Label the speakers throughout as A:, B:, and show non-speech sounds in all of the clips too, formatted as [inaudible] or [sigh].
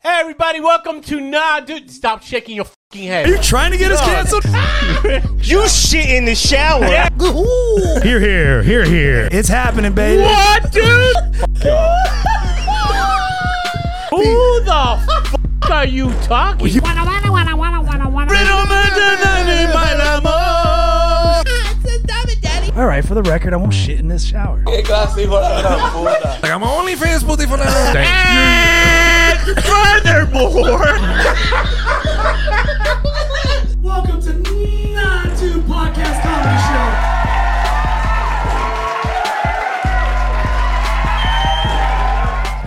A: Hey, everybody, welcome to Nah, dude. Stop shaking your fucking head.
B: Are you trying to get us canceled?
C: You shit in the shower.
B: [laughs] here, here, here, here. It's happening, baby.
A: What, dude? Who the fuck are you talking?
B: You- All right, for the record, I'm shit in this shower. Like I'm only fans booty for now.
A: And
B: [laughs]
A: furthermore,
D: Welcome to Not Too Podcast Comedy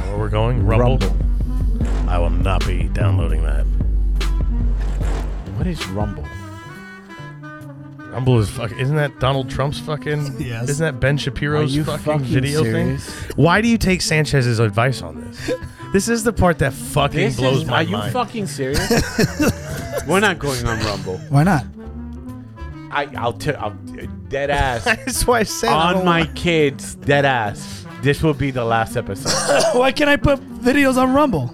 B: Where we're going? Rumble. I will not be downloading that.
A: what is Rumble?
B: Rumble is fuck. Isn't that Donald Trump's fucking?
D: Yes.
B: Isn't that Ben Shapiro's fucking, video thing? Why do you take Sanchez's advice on this? This is the part that fucking
A: This
B: blows
A: is,
B: my
A: are you
B: mind.
A: fucking
B: [laughs]
A: serious? We're not going on Rumble.
D: Why
B: [coughs]
D: not?
A: I, I'll tell. I'll dead ass
B: That's why [laughs] I said I
A: on
B: don't
A: my
B: like-
A: kids. Dead ass. This will be the last episode.
D: Why can't I put videos on Rumble?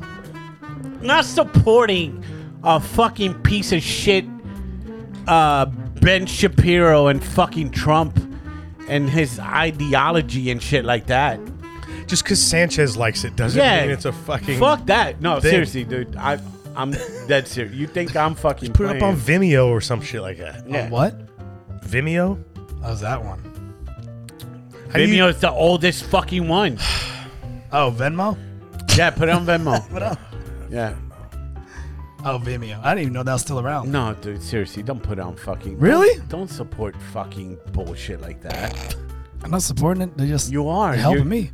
A: not supporting a fucking piece of shit, uh, Ben Shapiro and fucking Trump and his ideology and shit like that.
B: Just because Sanchez likes it doesn't mean it's a fucking.
A: fuck that. No,
B: thing.
A: seriously, dude. I I'm dead serious. You think I'm fucking
B: Put it up
A: playing.
B: on Vimeo or some shit like that.
A: yeah.
D: What?
B: Vimeo.
D: How's that one?
B: How do you-
A: Vimeo is the oldest fucking one.
D: Oh, Venmo?
A: Yeah, put it on Venmo. Yeah.
D: Oh, Vimeo. I didn't even know that was still around.
A: No, dude, seriously, don't put it on fucking.
D: Really?
A: Don't support fucking bullshit like that.
D: I'm not supporting it. They're just
A: You are.
D: helping
A: You're-
D: me.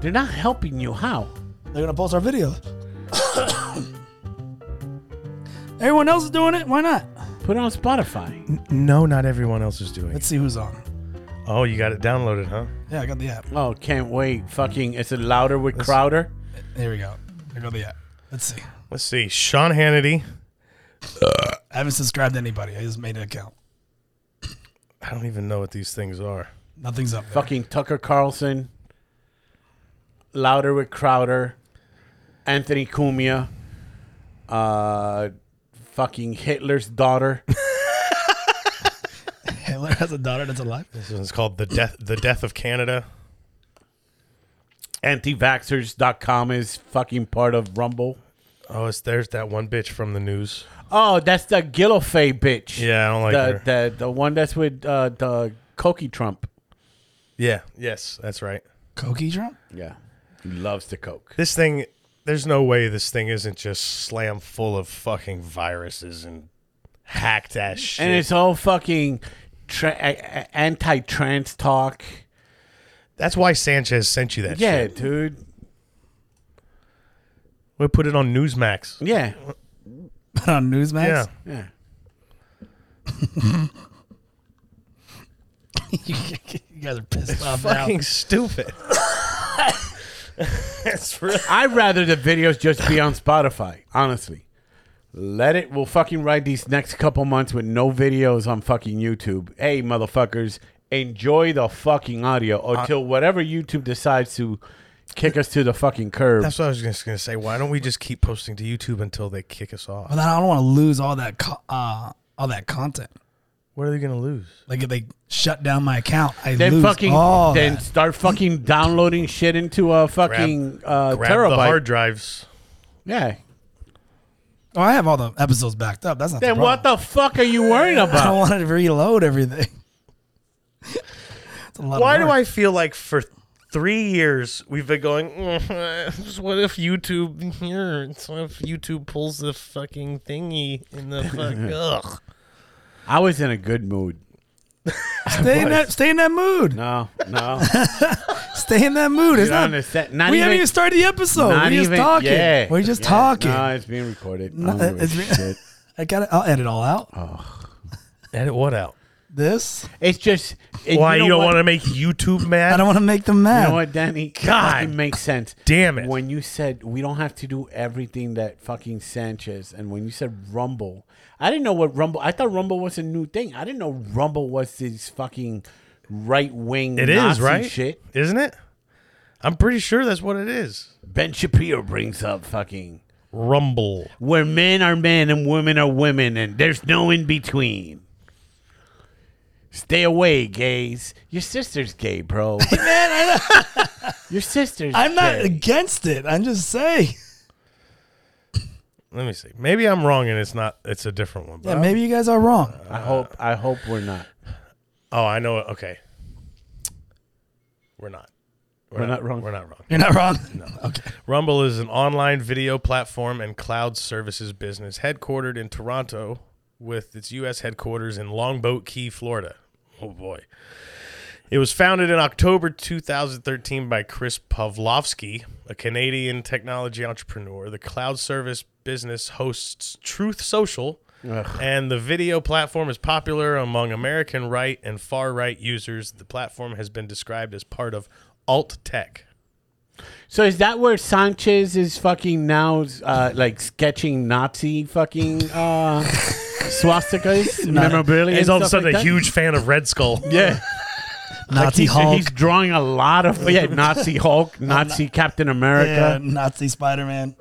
A: They're not helping you. How?
D: They're going to post our
B: [coughs]
D: videos. Everyone else is doing it. Why not?
A: Put it on Spotify.
B: No, not everyone else is doing. it.
D: Let's see who's on.
B: Oh, you got it downloaded, huh?
D: Yeah, I got the app.
A: Oh, can't wait. Fucking, is it louder with Crowder?
D: Here we go. I got the app. Let's see.
B: Let's see. Sean Hannity.
D: I haven't subscribed to anybody. I just made an account.
B: I don't even know what these things are.
D: Nothing's up. there.
A: Fucking Tucker Carlson. Louder with Crowder. Anthony Cumia. Uh, fucking Hitler's
B: [laughs]
A: daughter.
D: Hitler [laughs] has a daughter that's alive.
B: This one's called the death the death of Canada.
A: Antivaxxers.com is fucking part of Rumble.
B: Oh, it's there's that one bitch from the news.
A: Oh, that's the Gillifay bitch.
B: Yeah, I don't like
A: the,
B: her.
A: the the one that's with uh, the Cokie Trump.
B: Yeah, yes, that's right.
D: Cokie Trump?
A: Yeah, loves to coke.
B: This thing, there's no way this thing isn't just slam full of fucking viruses and hacked ass shit.
A: And it's all fucking tra- a- a- anti-trans talk.
B: that's why Sanchez sent you that.
A: Yeah,
B: shit.
A: dude.
B: we put it on Newsmax.
A: Yeah,
D: [laughs] on Newsmax?
B: Yeah,
A: yeah.
D: [laughs] you guys are pissed [laughs] off now.
B: fucking stupid. [laughs] That's really
A: I'd rather the videos just be on Spotify. Honestly, let it. We'll fucking ride these next couple months with no videos on fucking YouTube. Hey, motherfuckers, enjoy the fucking audio
B: Uh,
A: until whatever YouTube decides to kick us to the fucking curb.
B: That's what I was just gonna say. Why don't we just keep posting to YouTube until they kick us off?
D: But then I don't want to lose all that co- uh, all that content.
B: What are they gonna lose?
D: Like if they shut down my account, I
A: Then
D: lose
A: fucking
D: all
A: then
D: that.
A: start fucking downloading shit into a fucking uh,
B: Grab
A: terabyte.
B: the hard drives.
A: yeah.
D: Oh, I have all the episodes backed up. That's not.
A: Then
D: the
A: what the fuck are you worrying [laughs]
D: [laughs] I don't
A: about?
D: want to reload everything. It's a lot of
B: Why do
D: work.
B: I feel like for three years we've been going? "Mm, [laughs] What if YouTube here? What if YouTube pulls the fucking thingy in the fuck? Ugh.
A: I was in a good mood.
D: stay
A: [laughs]
D: in that? Stay in that mood.
A: No, [laughs] no.
D: Stay in that mood.
A: you
D: It's
A: don't
D: not.
A: understand. Not
D: we
A: even, oh,
D: haven't even started the episode.
A: not
D: We're just
A: even-
D: talking.
A: yeah.
D: We're just
A: Yeah.
D: talking.
A: No, it's being recorded.
D: No,
A: I don't give a
D: it's being-
A: shit.
D: I got. I'll edit all out.
A: Oh.
B: Edit what out?
D: This.
A: [laughs] It's just it-
B: Why
A: know
B: you don't
A: what-
B: want to make YouTube mad?
D: I don't want to make them
A: You
D: mad.
A: know
D: [laughs]
A: what, Danny?
B: God
A: it makes sense.
B: damn it.
A: When you said we don't have to do everything that fucking Sanchez, and when you said Rumble, I didn't know what Rumble. I thought Rumble was a new thing. I didn't know Rumble was this fucking right wing.
B: It is
A: Nazi
B: right,
A: Shit.
B: isn't it? I'm pretty sure that's what it is.
A: Ben Shapiro brings up fucking
B: Rumble.
A: where men are men and women are women and there's no in between. Stay away, gays. Your sister's gay, bro. Your sister's
D: I'm not
A: gay.
D: against it. I'm just saying.
B: Let me see. Maybe I'm wrong and it's not. It's a different one. But
D: Yeah, maybe you guys are wrong.
A: I hope I hope we're not.
B: oh, I know. it. Okay, we're not.
A: We're not wrong.
B: We're not wrong.
D: [laughs] You're not wrong. No. [laughs] Okay.
B: Rumble is an online video platform and cloud services business headquartered in Toronto with its U.S. headquarters in Longboat Key, Florida. Oh boy. It was founded in October 2013 by Chris Pavlovsky, a Canadian technology entrepreneur. The cloud service business hosts Truth Social, and the video platform is popular among American right and far right users. The platform has been described as part of alt tech.
A: So is that where Sanchez is fucking now uh, like sketching Nazi fucking uh swastikas memorabilia?
B: He's
A: and
B: all of a
A: stuff
B: sudden
A: like
B: a
A: that?
B: huge fan of Red Skull.
A: [laughs] Yeah.
D: Nazi
A: he's,
D: Hulk.
A: he's drawing a lot of yeah, Nazi Hulk, Nazi Captain
D: yeah,
A: America,
D: Nazi Spider Man.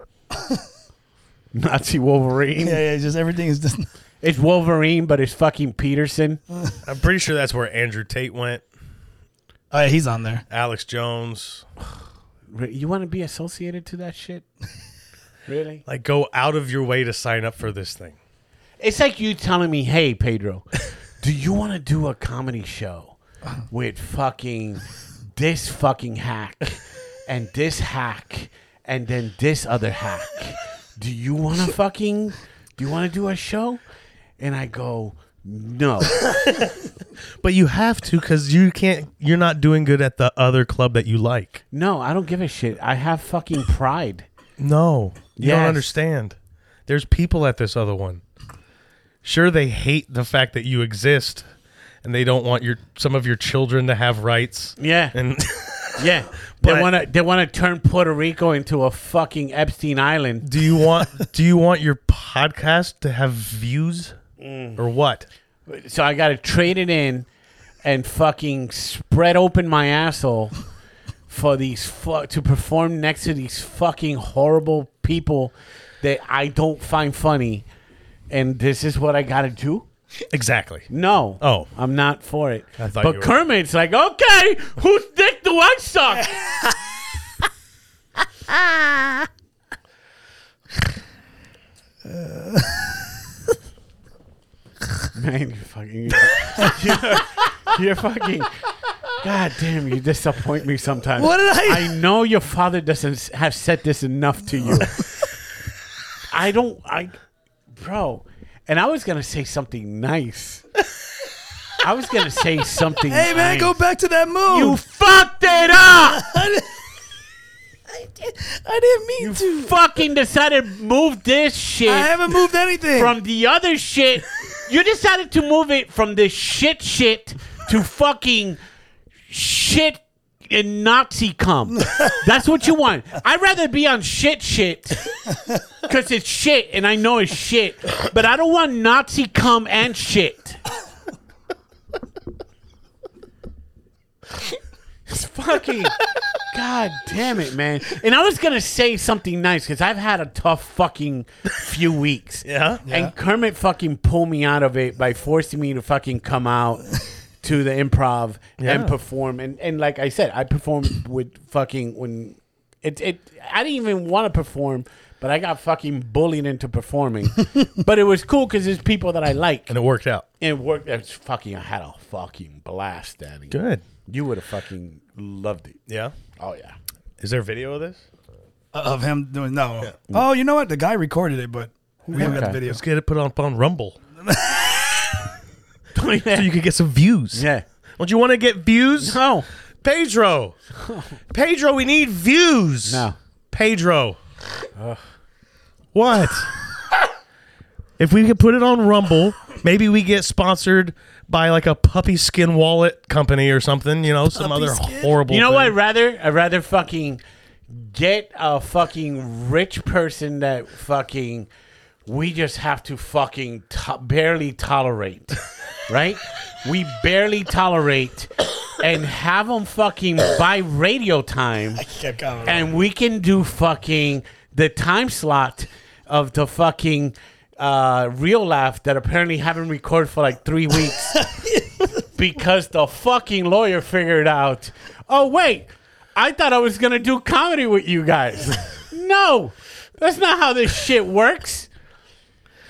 A: Nazi Wolverine.
D: Yeah, yeah. Just everything is just. [laughs]
A: It's Wolverine, but it's fucking Peterson.
B: I'm pretty sure that's where Andrew Tate went.
D: Oh yeah, he's on there.
B: Alex Jones,
A: You want to be associated to that shit? [laughs] really?
B: like, go out of your way to sign up for this thing.
A: It's like you telling me, "Hey, Pedro, do you want to do a comedy show with fucking this fucking hack and this hack and then this other hack? Do you want to fucking do you want to do a show?" And I go, "No."
B: But you have to because you can't. You're not doing good at the other club that you like.
A: No, I don't give a shit. I have fucking pride.
B: No, you don't
A: Yes.
B: understand. There's people at this other one. Sure, they hate the fact that you exist, and they don't want your some of your children to have rights.
A: Yeah.
B: And [laughs]
A: Yeah. they
B: But-
A: want to they want to turn Puerto Rico into a fucking Epstein Island.
B: do you want do you want your podcast to have views
A: Mm.
B: or what?
A: So I got to trade it in and fucking spread open my asshole for these fu- to perform next to these fucking horrible people that I don't find funny. And this is what I got to do?
B: Exactly.
A: No.
B: Oh.
A: I'm not for it.
B: I thought
A: but
B: you were-
A: Kermit's like, okay, whose dick do I
B: [laughs]
A: suck? Man, you fucking. [laughs] You're, you're fucking. God damn, you disappoint me sometimes.
D: What did I-
A: I know your father doesn't s- have said this enough to
B: [laughs]
A: you. I don't. I, bro. And I was gonna say something nice. I was gonna
D: [laughs]
A: say something.
D: Hey man,
A: nice.
D: go back to that move. [laughs]
A: You fucked it up.
D: I didn't mean to.
A: Fucking decided to move this shit.
D: I haven't moved anything.
A: from the other shit. You decided to move it from the shit shit to fucking shit and Nazi cum. That's what you want. I'd rather be on shit shit because it's shit and I know it's shit, but I don't want Nazi cum and shit. It's fucking. God damn it, man. And I was going to say something nice because I've had a tough fucking few weeks.
B: [laughs] Yeah.
A: And Kermit fucking pulled me out of it by forcing me to fucking come out to the improv
B: Yeah.
A: and perform. And and like I said, I performed with fucking when it it I didn't even want to perform, but I got fucking bullied into
B: [laughs]
A: performing. but it was cool because it's people that I like.
B: And it worked out.
A: And it worked. It's fucking. I had a fucking blast, Danny.
B: Good.
A: You would have fucking loved it.
B: Yeah.
A: Oh [laughs] yeah.
B: Is there video of this?
D: of him doing no. Oh, you know what? The guy recorded it, but we haven't got the
A: Okay.
D: video.
B: Let's get it put up on Rumble so you can get some views.
A: yeah.
B: Don't you want to get views?
A: No. [laughs]
B: Pedro. Pedro, we need views.
A: No.
B: Pedro.
A: [laughs]
B: What? if we could put it on Rumble, maybe we get sponsored by like a puppy skin wallet company or something, you know, some
D: Puppy
B: other
D: skin?
B: horrible
A: You know what? I'd
B: thing.
A: rather I'd rather fucking get a fucking rich person that fucking we just have to fucking to- barely tolerate, [laughs] right? We barely tolerate, and have them fucking buy radio time
D: Kept going.
A: and we can do fucking the time slot of the fucking uh, real laugh that apparently haven't recorded for like three weeks because the fucking lawyer figured out. Oh wait, I thought I was gonna do comedy with you guys. no, that's not how this shit works.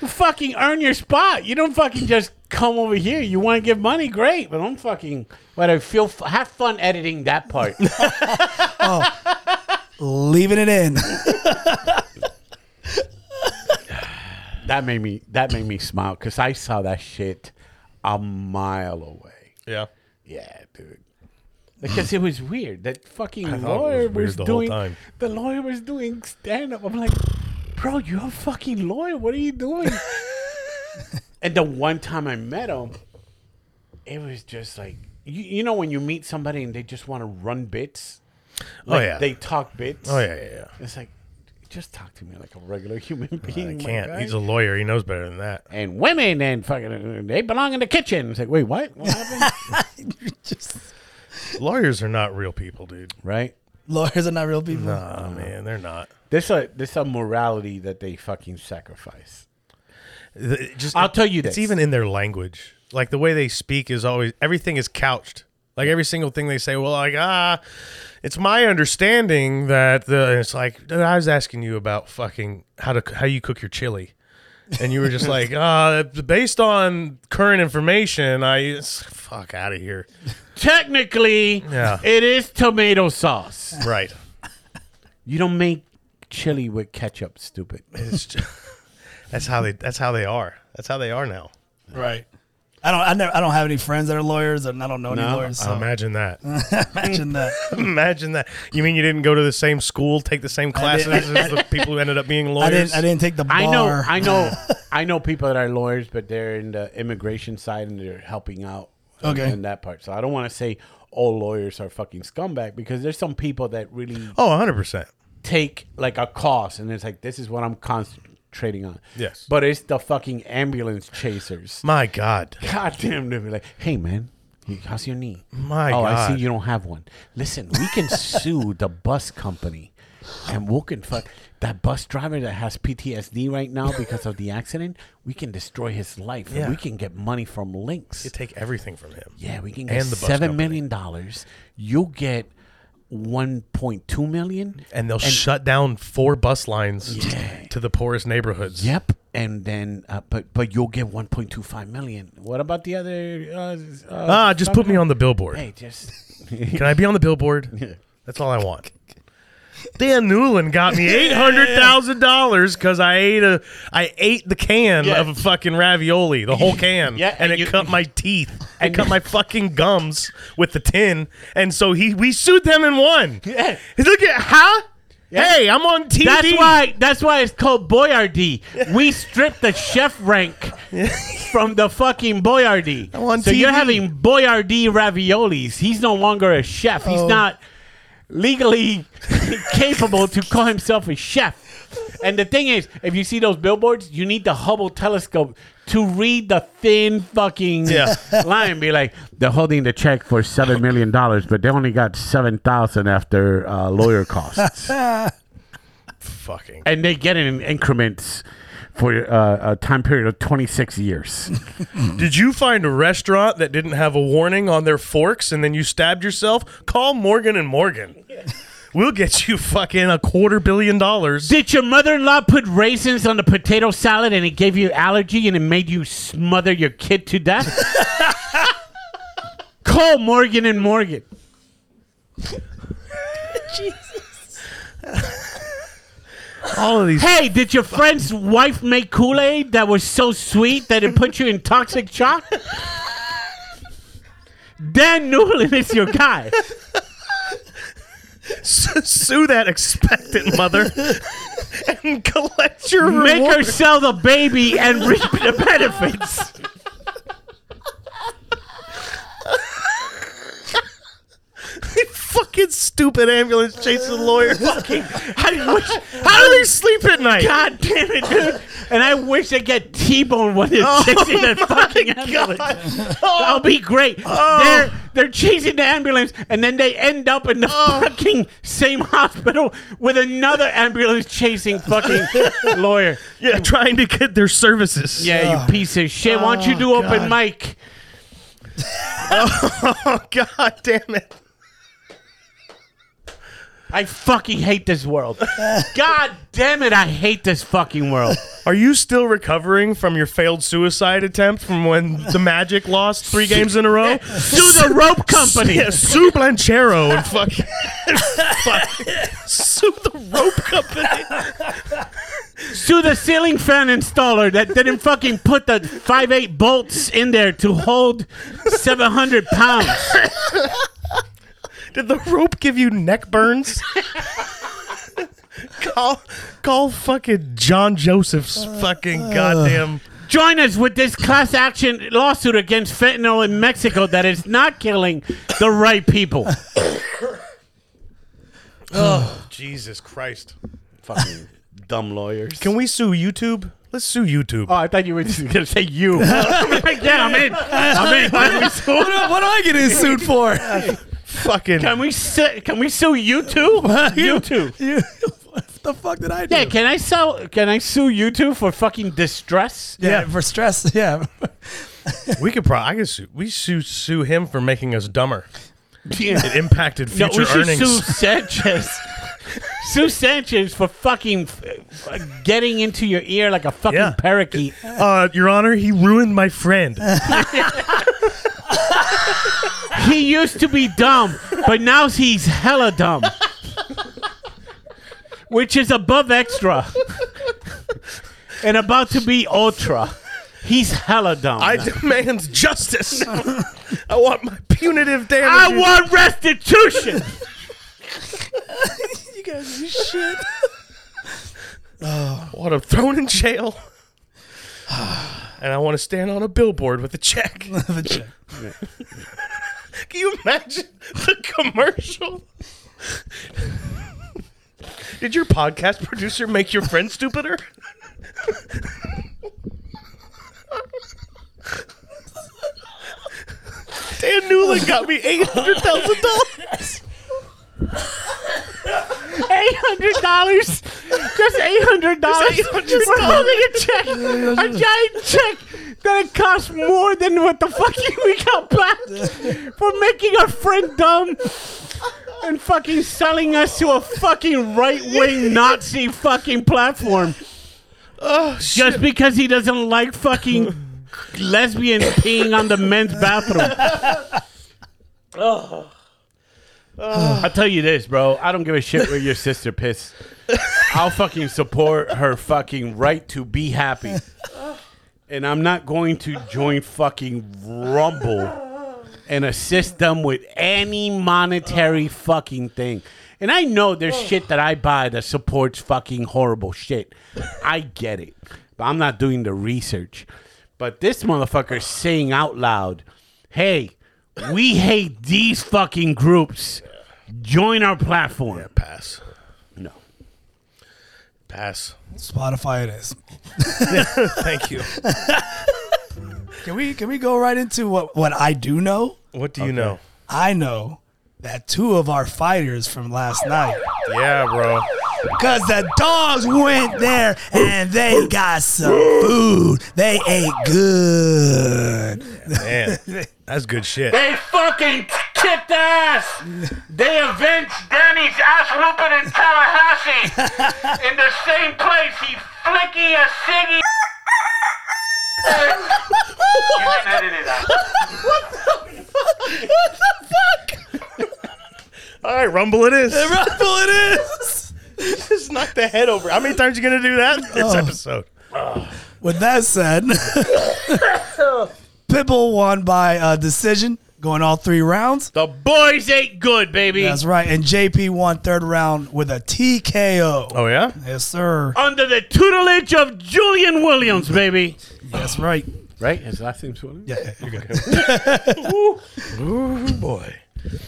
A: You fucking earn your spot. You don't fucking just come over here. You want to give money, great, but I'm fucking. But I feel f- have fun editing that part.
D: Leaving it in. [laughs]
A: That made me that made me smile because I saw that shit a mile away.
B: Yeah.
A: Yeah, dude. Because it was weird. That fucking
B: thought it was
A: lawyer
B: weird
A: was,
B: the whole
A: doing
B: time.
A: the lawyer was doing stand up. I'm like, bro, you're a fucking lawyer. What are you
B: [laughs]
A: doing? and the one time I met him, it was just like you, you know when you meet somebody and they just want to run bits.
B: oh yeah.
A: They talk bits.
B: oh yeah, yeah, yeah.
A: It's like just talk to me like a regular human
B: Uh, I
A: being. my
B: can't.
A: guy
B: He's a lawyer. He knows better than that.
A: and women and fucking they belong in the kitchen. It's like, wait, what? What happened?
B: Lawyers are not real people, dude.
A: right?
D: Lawyers are not real people.
B: Oh man, they're not.
A: There's a there's a morality that they fucking sacrifice.
B: Th- Just
A: I'll tell you
B: it's
A: this.
B: even in their language. Like the way they speak is always everything is couched. Like every single thing they say, well, like ah, it's my understanding that the and it's like dude, I was asking you about fucking how to how you cook your chili, and you
A: [laughs]
B: were just like uh, based on current information, I it's- fuck out of here,
A: Technically,
B: Yeah.
A: it is tomato sauce.
B: right?
A: You don't make chili with ketchup, stupid.
B: It's just, [laughs] that's how they that's how they are. That's how they are now.
D: Right. I don't. I never. I don't have any friends that are lawyers, and I don't know any
A: No.
D: lawyers.
B: So
D: So
B: imagine that.
D: imagine [laughs] that.
B: [laughs] Imagine that. You mean you didn't go to the same school, take the same classes
D: didn't-
B: as the people who ended up being
D: I
B: lawyers?
D: didn't. I didn't take the bar.
A: I know, I know, I know people that are lawyers, but they're in the immigration side and they're helping out. in-
D: Okay.
A: in that part. So I don't want to say all lawyers are fucking scumbag because there's some people that really
B: Oh, 100%.
A: take like a cost and it's like this is what I'm concentrating on.
B: Yes.
A: But it's the fucking ambulance chasers.
B: My God.
A: God damn they'll be like, hey man, you- how's your knee?
B: My
A: oh, I
B: God.
A: see you don't have one. Listen, we
B: [laughs]
A: can sue the bus company and we can fuck that bus driver that has PTSD right now because of
B: [laughs]
A: the accident, we can destroy his life.
B: Yeah.
A: And we can get money from links.
B: You take everything from him.
A: Yeah, we can get
B: And the bus
A: seven million dollars. You'll get one point two million.
B: And they'll shut down four bus lines to the poorest neighborhoods.
A: Yep, and then uh, but but you'll get one point two five million. What about the other? Uh, uh,
B: Ah, just put me on the billboard.
A: Hey, just
B: Can I be on the
A: [laughs]
B: billboard? That's all I want. Dan Newland got me eight hundred thousand dollars because I ate a I ate the can
A: Yeah.
B: of a fucking ravioli, the whole can,
A: Yeah,
B: and,
A: and
B: it
A: you-
B: cut my teeth. It
A: and-
B: cut my fucking gums with the tin, and so he we sued them and won.
A: Yeah.
B: Look at huh? Hey, I'm on TV.
A: that's why that's why it's called Boyardee.
B: [laughs]
A: We stripped the chef rank from the fucking Boyardee.
B: on
A: so you're
B: TV.
A: having Boyardee raviolis. He's no longer a chef. He's
B: Oh.
A: not legally [laughs] capable to call himself a chef. And the thing is, if you see those billboards, you need the Hubble telescope to read the thin fucking
B: Yeah.
A: [laughs] line. Be like, they're holding the check for seven million dollars, but they only got seven thousand after uh, lawyer costs
B: Fucking
A: and they get it in increments for uh, a time period of 26 years.
B: Did you find a restaurant that didn't have a warning on their forks and then you stabbed yourself? Call Morgan and
A: [laughs]
B: Morgan. We'll get you fucking a quarter billion dollars.
A: Did your mother-in-law put raisins on the potato salad and it gave you allergy and it made you smother your kid to death? [laughs] Call Morgan and Morgan.
B: All of these.
A: [laughs] Hey, did your friend's wife make Kool-Aid that was so sweet that it put you in toxic shock? Dan Newland is your [laughs] guy.
B: Sue that
A: [laughs]
B: expectant mother and collect your
A: Make her
B: reward.
A: sell the baby and reap the [laughs] benefits.
B: fucking stupid ambulance chasing
A: [laughs]
B: the lawyer. Fucking, I wish. How do they sleep at night?
A: God damn it, dude! And I wish I get T-bone when they're chasing that fucking ambulance. That'll be great. They're they're chasing the ambulance, and then they end up in the fucking same [laughs] hospital with another ambulance chasing fucking lawyer.
B: Yeah, trying to get their services.
A: Yeah, you piece of shit. Why don't you do open mic?
B: Oh God damn it.
A: I fucking hate this world. God damn it, I hate this fucking world.
B: Are you still recovering from your failed suicide attempt from when the Magic lost three games in a row?
A: [laughs] Do the rope company.
B: Yeah, sue Blanchero [laughs] and fucking fuck, sue the rope company.
A: to the ceiling fan installer that didn't fucking put the 5.8 bolts in there to hold 700 pounds.
B: Did the rope give you neck burns? [laughs] call, call fucking John Joseph's fucking
A: Uh.
B: goddamn.
A: Join us with this class action lawsuit against fentanyl in Mexico that is not killing the right people.
B: Jesus Christ!
E: Fucking dumb lawyers.
B: Can we sue YouTube? Let's sue YouTube.
A: Uh,
E: oh, I thought you were just gonna say you.
A: [laughs] yeah, I'm in. I'm in. Can we sue,
D: What do, [laughs] what do I get in suit [laughs] for?
B: fucking
A: can we sue, can we sue
E: [laughs]
A: you too? You too.
D: You- what the fuck did I do?
A: Yeah, can I sell? Can I sue you two for fucking distress?
D: Yeah, for stress. Yeah.
B: We could probably. I could sue. We sue sue him for making us dumber.
A: Yeah.
B: It impacted
A: No,
B: future
A: we should
B: earnings.
A: sue Sanchez.
B: [laughs]
A: sue Sanchez for fucking uh, getting into your ear like a fucking
B: Yeah.
A: parakeet.
B: Uh, Your Honor, he ruined my friend.
A: [laughs] He used to be dumb, but now he's hella dumb. Which is above extra and about to be ultra. He's hella dumb.
B: I demand
A: [laughs]
B: justice. I want my punitive damage.
A: I want restitution.
D: You guys, you shit.
B: want him thrown in jail. [sighs] And I want to stand on a billboard with a check.
D: [laughs]
B: [laughs]
D: the check.
B: Can you imagine the commercial? [laughs] Did your podcast producer make your friend stupider? [laughs] Dan Newland got me eight hundred thousand dollars.
A: Eight hundred dollars. Just eight hundred dollars.
B: Just $800.
A: We're holding a check, a giant check that it costs more than what the fucking [laughs] we got back for making our friend dumb and fucking selling us to a fucking right wing Nazi fucking platform
B: Oh shit!
A: just because he doesn't like fucking lesbians peeing on the men's bathroom. I'll tell you this, bro.
E: I don't give a shit where your sister piss. I'll fucking support her fucking right to be happy. And I'm not going to join fucking Rumble and assist them with any monetary fucking thing. And I know there's shit that I buy that supports fucking horrible shit. I get it. But I'm not doing the research. But this motherfucker saying out loud, hey, we hate these fucking groups. Join our platform.
B: Pass.
E: No.
B: Pass.
D: Spotify it is.
B: Thank you.
D: Can we can we go right into what what I do know?
B: What do you know?
D: I know that two of our fighters from last night,
B: Yeah, bro.
D: cause the dogs went there and they got some food. They ate [laughs] good.
B: Man, that's good shit.
A: They fucking kicked ass. They avenged Danny's ass whooping in Tallahassee in the same place he flicky a ciggy. you can edit it out.
B: All right, Rumble it is.
D: Rumble it is.
B: [laughs] Just knock the head over. [laughs] How many times you gonna do that this episode?
D: With that said, [laughs] Pitbull won by uh, decision, going all three rounds.
A: The boys ain't good, baby.
D: That's right. And JP won third round with a TKO.
B: Oh yeah.
D: Yes, sir.
A: Under the tutelage of Julian Williams, baby.
D: That's right.
E: Right? His last name's Williams?
D: Yeah, you're good.
B: Boy.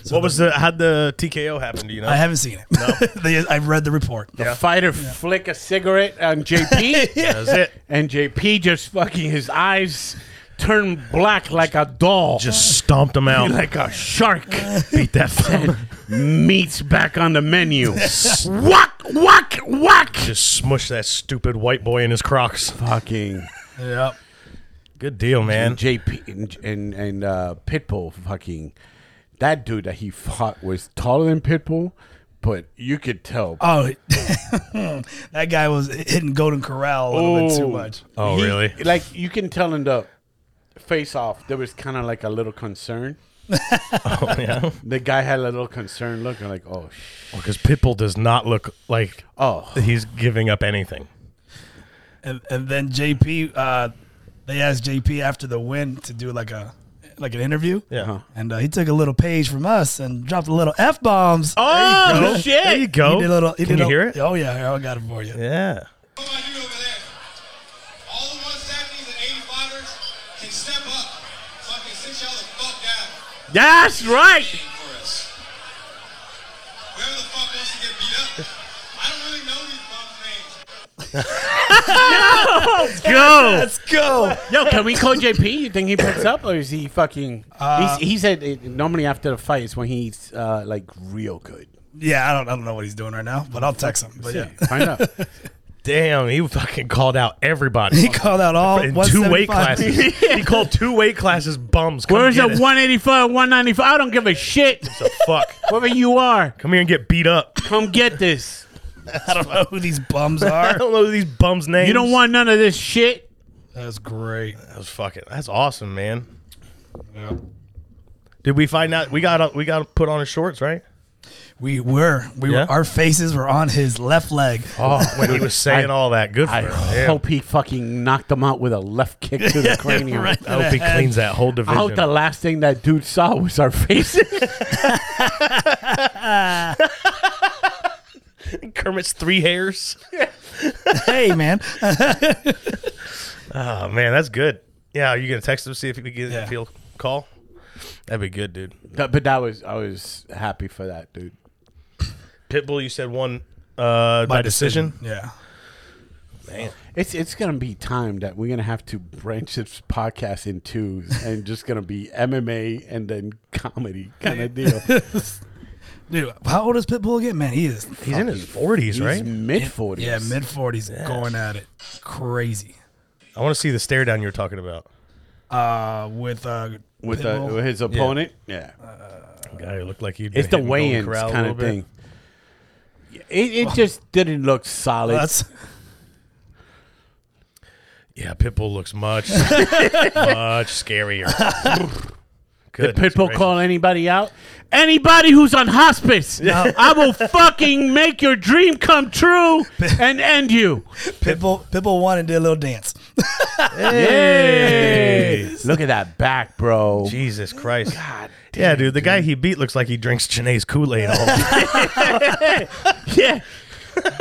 B: what was the how'd the TKO happen? Do you know?
D: I haven't seen it. [laughs] they, I've read the report.
B: Yeah.
A: Fighter flick a cigarette on
B: [laughs]
A: JP,
B: that was it.
A: and JP just fucking his eyes turn black like a doll,
B: Just stomped him [laughs] out.
A: like a
B: [laughs]
A: shark.
B: beat that fucker.
A: Meat's back on the
B: [laughs]
A: menu. whack, whack, whack.
B: Just smush that stupid white boy in his Crocs.
A: Fucking
B: Yep. Good deal, man.
A: and JP and and, and uh, Pitbull. Fucking that dude that he fought was taller than Pitbull, but you could tell.
D: Oh, [laughs] that guy was hitting Golden Corral a little bit too
A: Oh.
D: much.
B: Oh,
A: He-
B: really?
A: Like you can tell in the face off, there was kind of like a little concern. The guy had a little concern look, and like, oh, sh-
B: Because Pitbull does not look like [laughs]
A: oh,
B: he's giving up anything.
D: And, and then JP, uh, they asked JP after the win to do like a like an interview.
B: Yeah.
D: And uh, he took a little page from us and dropped a little f bombs.
B: Oh, shit. There you go.
D: He did a little. he
B: Can
D: did
B: you
D: a-
B: hear it?
D: Oh yeah, here, I got it for you.
B: Yeah.
F: What do I do over there? All the 170s and 85ers can step up so I can sit y'all the fuck down.
G: That's right.
F: Game for us. Whoever the fuck wants to get beat up. I don't really know these bums' names.
B: Oh.
G: Go.
D: Let's go.
A: yo, can we call JP? You think he picks up, or is he fucking? he's, he said it, normally after the fight is when he's uh, like real good.
D: yeah, I don't, I don't know what he's doing right now, but I'll text him. But yeah,
A: Find out.
B: Damn, he fucking called out everybody.
D: [laughs] he called out all
B: in two
D: 175.
B: weight classes. [laughs] He called two weight classes bums. Come
G: Where's the
B: get it.
G: 185, 195? I don't give a shit.
B: So fuck.
G: Whoever you are,
B: Come here and get beat up.
G: come get this.
D: I don't know who these bums
B: I
D: are.
B: [laughs] don't know these bums' names.
G: You don't want none of this shit.
D: That's great.
B: That was fucking. That's awesome, man. Did we find out? We got uh, we got put on his shorts, right?
D: We were, we
B: Yeah.
D: were, our faces were on his left leg.
B: Oh, when he was saying all that, good for
A: I
B: him. Damn.
A: hope he fucking knocked him out with a left kick to the cranium.
D: Right.
B: I hope he cleans that whole
A: I
B: division.
A: hope the last thing that dude saw was our faces. [laughs]
B: Kermit's three hairs.
D: hey man,
B: Oh man, that's good. Yeah, are you gonna text him see if he can
D: Yeah.
B: if he'll call? That'd be good, dude.
A: but but that was I was happy for that dude.
B: Pitbull, you said one uh, by, decision.
D: Yeah.
A: It's it's gonna be time that we're gonna have to branch this podcast in twos and just gonna be MMA and then comedy kind of deal.
D: Dude, how old is Pitbull again? Man, he is.
B: [laughs] He's in his forties,
A: He's
B: right?
A: mid forties.
D: Yeah, mid 40s, going at it. Crazy.
B: I want to see the stare down you were talking about.
D: Uh, with uh,
A: with, the,
D: Pitbull.
A: with his opponent. Yeah,
B: Guy who looked like he.
A: it's the weigh-ins kind of thing. It, it just didn't look solid.
D: [laughs] that's
B: Yeah, Pitbull looks much [laughs] much scarier.
A: Did
B: Goodness
A: Pitbull
B: gracious.
A: call anybody out?
G: Anybody who's on hospice,
A: [laughs]
G: I will fucking make your dream
A: [laughs]
G: come true and end you.
D: Pitbull. Pitbull won and did a little dance.
A: Hey, look at that back, bro.
B: Jesus Christ. yeah, dude, the guy he beat looks like he drinks Janae's Kool Aid all
A: [laughs]
B: the
A: Yeah.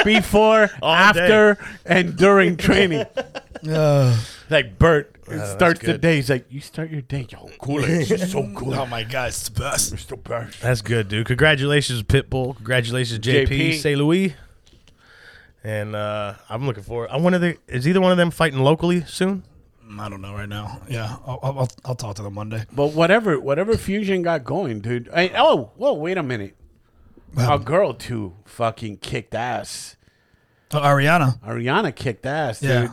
A: Before, [laughs]
B: All
A: after, and during training. [laughs] like Bert Oh, starts the
B: good.
A: day. He's like, "You start your day, yo, cool. It's just so cool.
D: oh my God, it's the best.
A: It's the best."
B: That's good, dude. Congratulations, Pitbull. Congratulations, JP,
A: JP.
B: Say Louis. And uh, I'm looking forward. I wonder if they- is either one of them fighting locally soon?
D: I don't know right now. Yeah, I'll, I'll, I'll- I'll talk to them Monday.
A: But whatever, whatever fusion got going, dude. I, oh, whoa, wait a minute. A girl too fucking kicked ass.
D: Oh, Ariana.
A: Ariana kicked ass,
D: Yeah.
A: dude.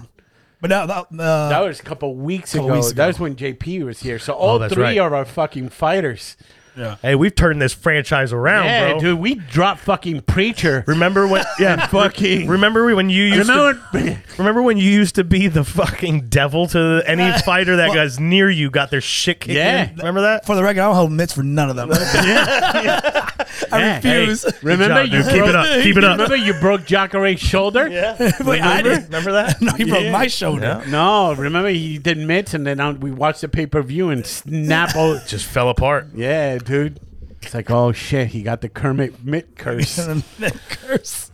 D: But now that, uh,
A: That was a couple weeks ago.
D: Couple weeks
A: That
D: ago.
A: was when JP was here. So all three
B: Oh, that's right.
A: are our fucking fighters.
B: Hey, we've turned this franchise around,
A: Yeah,
B: bro.
A: dude, we dropped fucking preacher. [laughs]
B: Remember when? Yeah,
A: fucking-
B: Remember when you used [laughs]
A: Remember?
B: to? Remember when you used to be the fucking devil to
A: [laughs]
B: any fighter that guy's near you got their shit kicked? in?
A: Yeah.
B: remember that?
D: for the record, I don't hold mitts for none
A: [laughs]
D: of them. I
A: Yeah.
D: refuse.
A: Remember
B: Good job,
A: you
B: dude. Keep
A: broke-
B: it up. Keep it up.
A: Remember you broke Jacare's shoulder?
B: Yeah.
D: Wait, I didn't.
B: [laughs] Remember that? [laughs]
D: No, he broke
A: Yeah.
D: my shoulder.
A: No, remember he did mitts, and then I, we watched the pay per view and snap.
B: [laughs]
A: Oh,
B: Just fell apart.
A: yeah, dude. It's like, oh shit, he got the Kermit mitt
D: [laughs]
A: curse, and
D: Curse.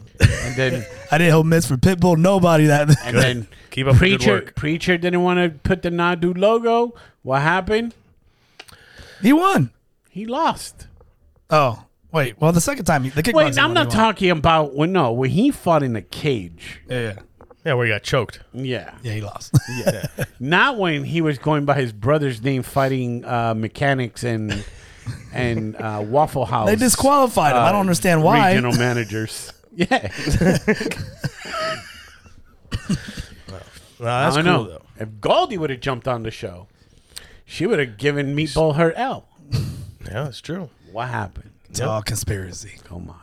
A: then
D: I didn't hold mitts for Pitbull. Nobody that. [laughs]
A: and then
B: Keep up the good
A: preacher
B: work.
A: preacher didn't want to put the Nadu logo. What happened?
D: He won.
A: He lost.
D: Oh, wait. Well, the second time, the kickboxing.
A: Wait, I'm
D: one
A: not
D: he won.
A: talking about when. No, when he fought in the cage.
D: Yeah, yeah,
B: Yeah, where he got choked.
A: Yeah,
D: yeah. He lost. [laughs]
A: not when he was going by his brother's name, fighting uh, mechanics and and uh, Waffle House.
D: they disqualified him. I don't understand why.
A: uh, Regional managers.
D: [laughs]
A: Yeah,
B: No, that's
A: I
B: cool
A: know.
B: though.
A: If Goldie would have jumped on the show, she would have given Meatball her L.
B: Yeah, that's true.
A: What happened?
D: It's all conspiracy.
A: Come on,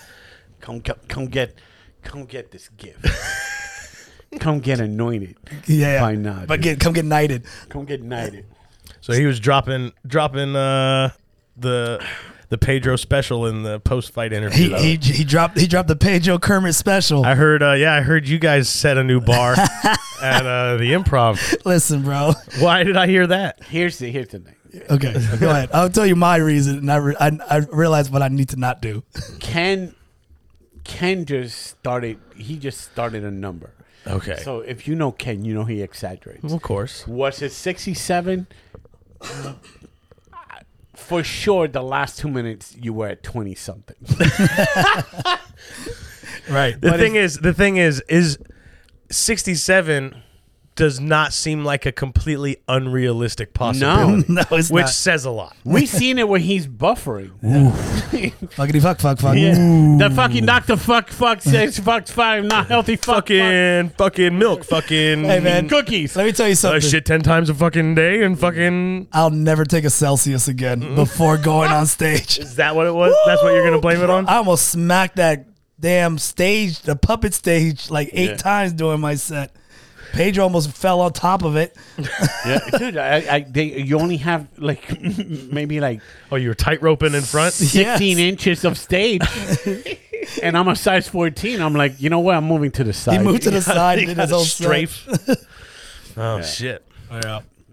D: [laughs]
A: come, come come get come get this
D: [laughs]
A: gift. come get anointed.
D: Yeah,
A: Why not,
D: But get come get knighted.
A: Come get knighted.
B: So he was dropping dropping uh, the the Pedro special in the post fight
D: He,
B: interview. though.
D: he he dropped he dropped the Pedro Kermit special.
B: I heard. Uh, yeah, I heard you guys set a new [laughs] bar at uh, the Improv.
D: Listen, bro.
B: Why did I hear that?
A: Here's the here's the thing.
D: Okay, go ahead. I'll tell you my reason, and I, re- I I realized what I need to not do.
A: Ken Ken just started he just started a number.
B: Okay.
A: So if you know Ken, you know he exaggerates.
B: of course.
A: Was it 67? For sure the last 2 minutes you were at 20 something.
D: [laughs] Right.
B: The thing is, the thing is, is sixty seven does not seem like a completely unrealistic possibility.
D: [laughs]
B: [laughs]
D: No, it's
B: which
D: not.
B: says a lot.
A: We seen it where he's buffering.
D: Fuckity fuck fuck fuck.
A: The fucking doctor fuck fuck six fuck five not healthy fuck, fuck.
B: Fucking, fucking milk, fucking
D: Hey man,
A: cookies.
D: Let me tell you
B: uh,
D: something.
B: shit ten times a fucking day, and fucking.
D: I'll never take a Celsius again before going on
B: [laughs]
D: stage.
B: Is that what it was? That's what you're gonna blame it on?
D: I almost smacked that damn stage, the puppet stage, like eight times during my set. Pedro almost fell on top of it.
A: Yeah, [laughs] dude, I, I they you only have like maybe like
B: Oh, you were tightroping in [laughs] front.
A: 15 inches of stage and I'm a size 14. I'm like, you know what? I'm moving to the side.
D: He moved to
B: [laughs]
D: the side and did his
B: Gotta
D: own strafe.
B: strafe. [laughs] oh shit.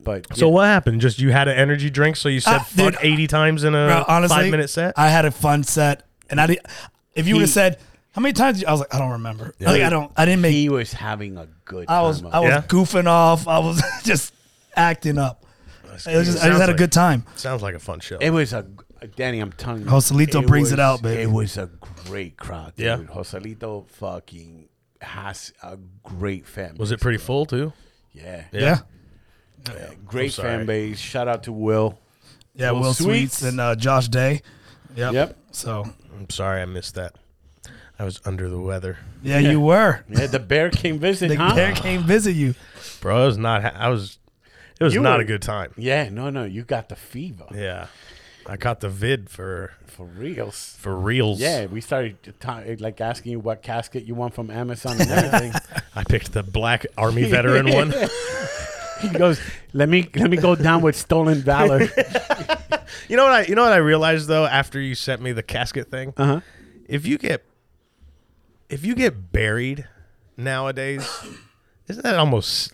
A: But
B: So what happened? Just you had an energy drink, so you said
D: Ah,
B: fuck
D: dude.
B: eighty times in a
D: Bro, honestly,
B: five minute set.
D: I had a fun set, and I did. If you would have
A: He-
D: said how many times, did you, I was like, I don't remember. Like, I don't. I didn't make.
A: he was having a good time.
D: I was.
A: up
D: I was
B: Yeah.
D: goofing off. I was [laughs] just acting up. It was just, I just had a good time.
B: Sounds like a fun show.
A: there. it was a Danny, I'm telling you.
D: Joselito brings
A: was-
D: it out, baby.
A: It was a great crowd. Dude.
B: Yeah.
A: Joselito fucking has a great fan base.
B: was it pretty full too?
A: Yeah.
D: Yeah. Yeah.
A: Great
B: sorry.
A: fan base. Shout out to Will.
D: Will,
A: Will
D: Sweets,
A: Sweets.
D: and uh, Josh Day. Yep.
A: Yep.
D: So
B: I'm sorry, I missed that. I was under the weather,
D: yeah, you were.
A: Yeah, the bear came visit,
D: The
A: huh?
D: bear came visit you.
B: bro. I was not. ha- I was. It was
A: You
B: not
A: were-
B: a good time.
A: Yeah, no, no. You got the fever.
B: Yeah, I caught the vid for
A: For real.
B: for reals.
A: Yeah, we started to ta- like asking you what casket you want from Amazon
D: [laughs]
A: and everything.
B: I picked the black army veteran [laughs] one.
A: he goes, "Let me let me go down with stolen valor."
D: [laughs]
B: You know what I? You know what I realized though after you sent me the casket thing.
A: Uh-huh.
B: If you get, if you get buried nowadays, isn't that almost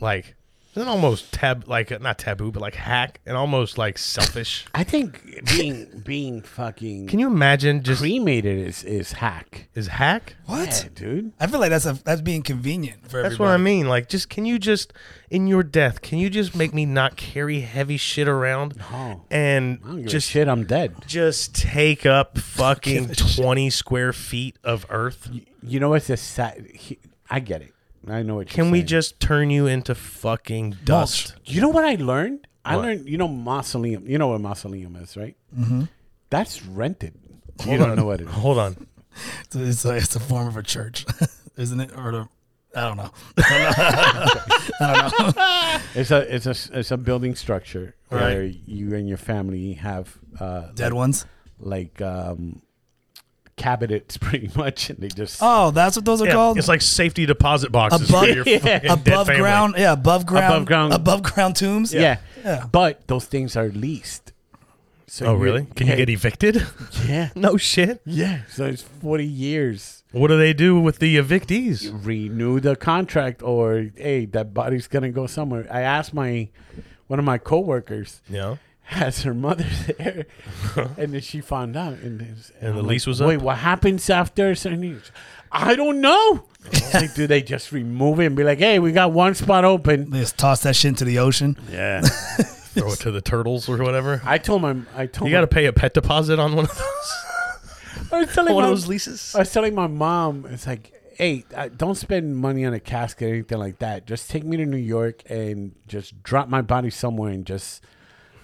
B: like? Isn't it almost tab like not taboo, but like hack and almost like selfish?
A: I think being being fucking
B: [laughs] Can you imagine just
A: cremated is is hack.
B: is hack?
D: What?
A: Yeah, dude.
D: I feel like that's a, that's being convenient for
B: That's
D: everybody.
B: what I mean. Like, just can you just in your death? Can you just make me not carry heavy shit around
A: No. I don't
B: and
A: give
B: just
A: a shit. I'm dead.
B: just take up fucking [laughs] twenty square feet of earth?
A: You know what's a sad? He, I get it. I know what.
B: Can
A: you're
B: we
A: saying.
B: just turn you into fucking dust?
A: You know what I learned? I
B: What?
A: learned. You know mausoleum. You know what mausoleum is, right? Mm-hmm. That's rented. you don't know what
B: [laughs]
A: it is.
B: Hold on.
D: So It's a, it's a form of a church, [laughs] isn't it? Or the, I don't know.
A: It's a it's a s- it's a building structure where you and your family have uh,
D: Dead ones.
A: like um cabinets [laughs] pretty much and they just
D: Oh, that's what those are
B: Yeah,
D: called.
B: it's like safety deposit boxes for
D: Above-
B: your [laughs] fucking dead
D: above
B: family.
D: ground. Yeah, above ground.
A: Above ground.
D: Above ground tombs.
A: yeah.
D: Yeah.
A: but those things are leased so
B: Oh
A: you-
B: really? Can you
A: yeah,
B: get evicted? [laughs]
A: yeah
B: no shit.
A: [laughs] yeah so it's 40 years
B: What do they do with the evictees?
A: renew the contract or hey that body's gonna go somewhere i asked my one of my coworkers [laughs]
B: Yeah.
A: has her mother [laughs]
B: [laughs]
A: there, and then she found out, and, and,
B: the
A: I'm
B: lease
A: like,
B: was
A: Wait,
B: up?
A: what happens after certain years? I don't know. [laughs] It's like, do they just remove it and be like, "Hey, we got one spot open"?
D: They just toss that shit into the ocean.
A: Yeah,
B: Throw it to the turtles or whatever.
A: I told my I told
B: You got to
A: my,
B: pay a pet deposit on one of those.
A: I was telling
B: [laughs] one
A: my,
B: of those leases.
A: I was telling my mom, it's like, hey, I, don't spend money on a casket or anything like that. Just take me to New York and just drop my body somewhere and just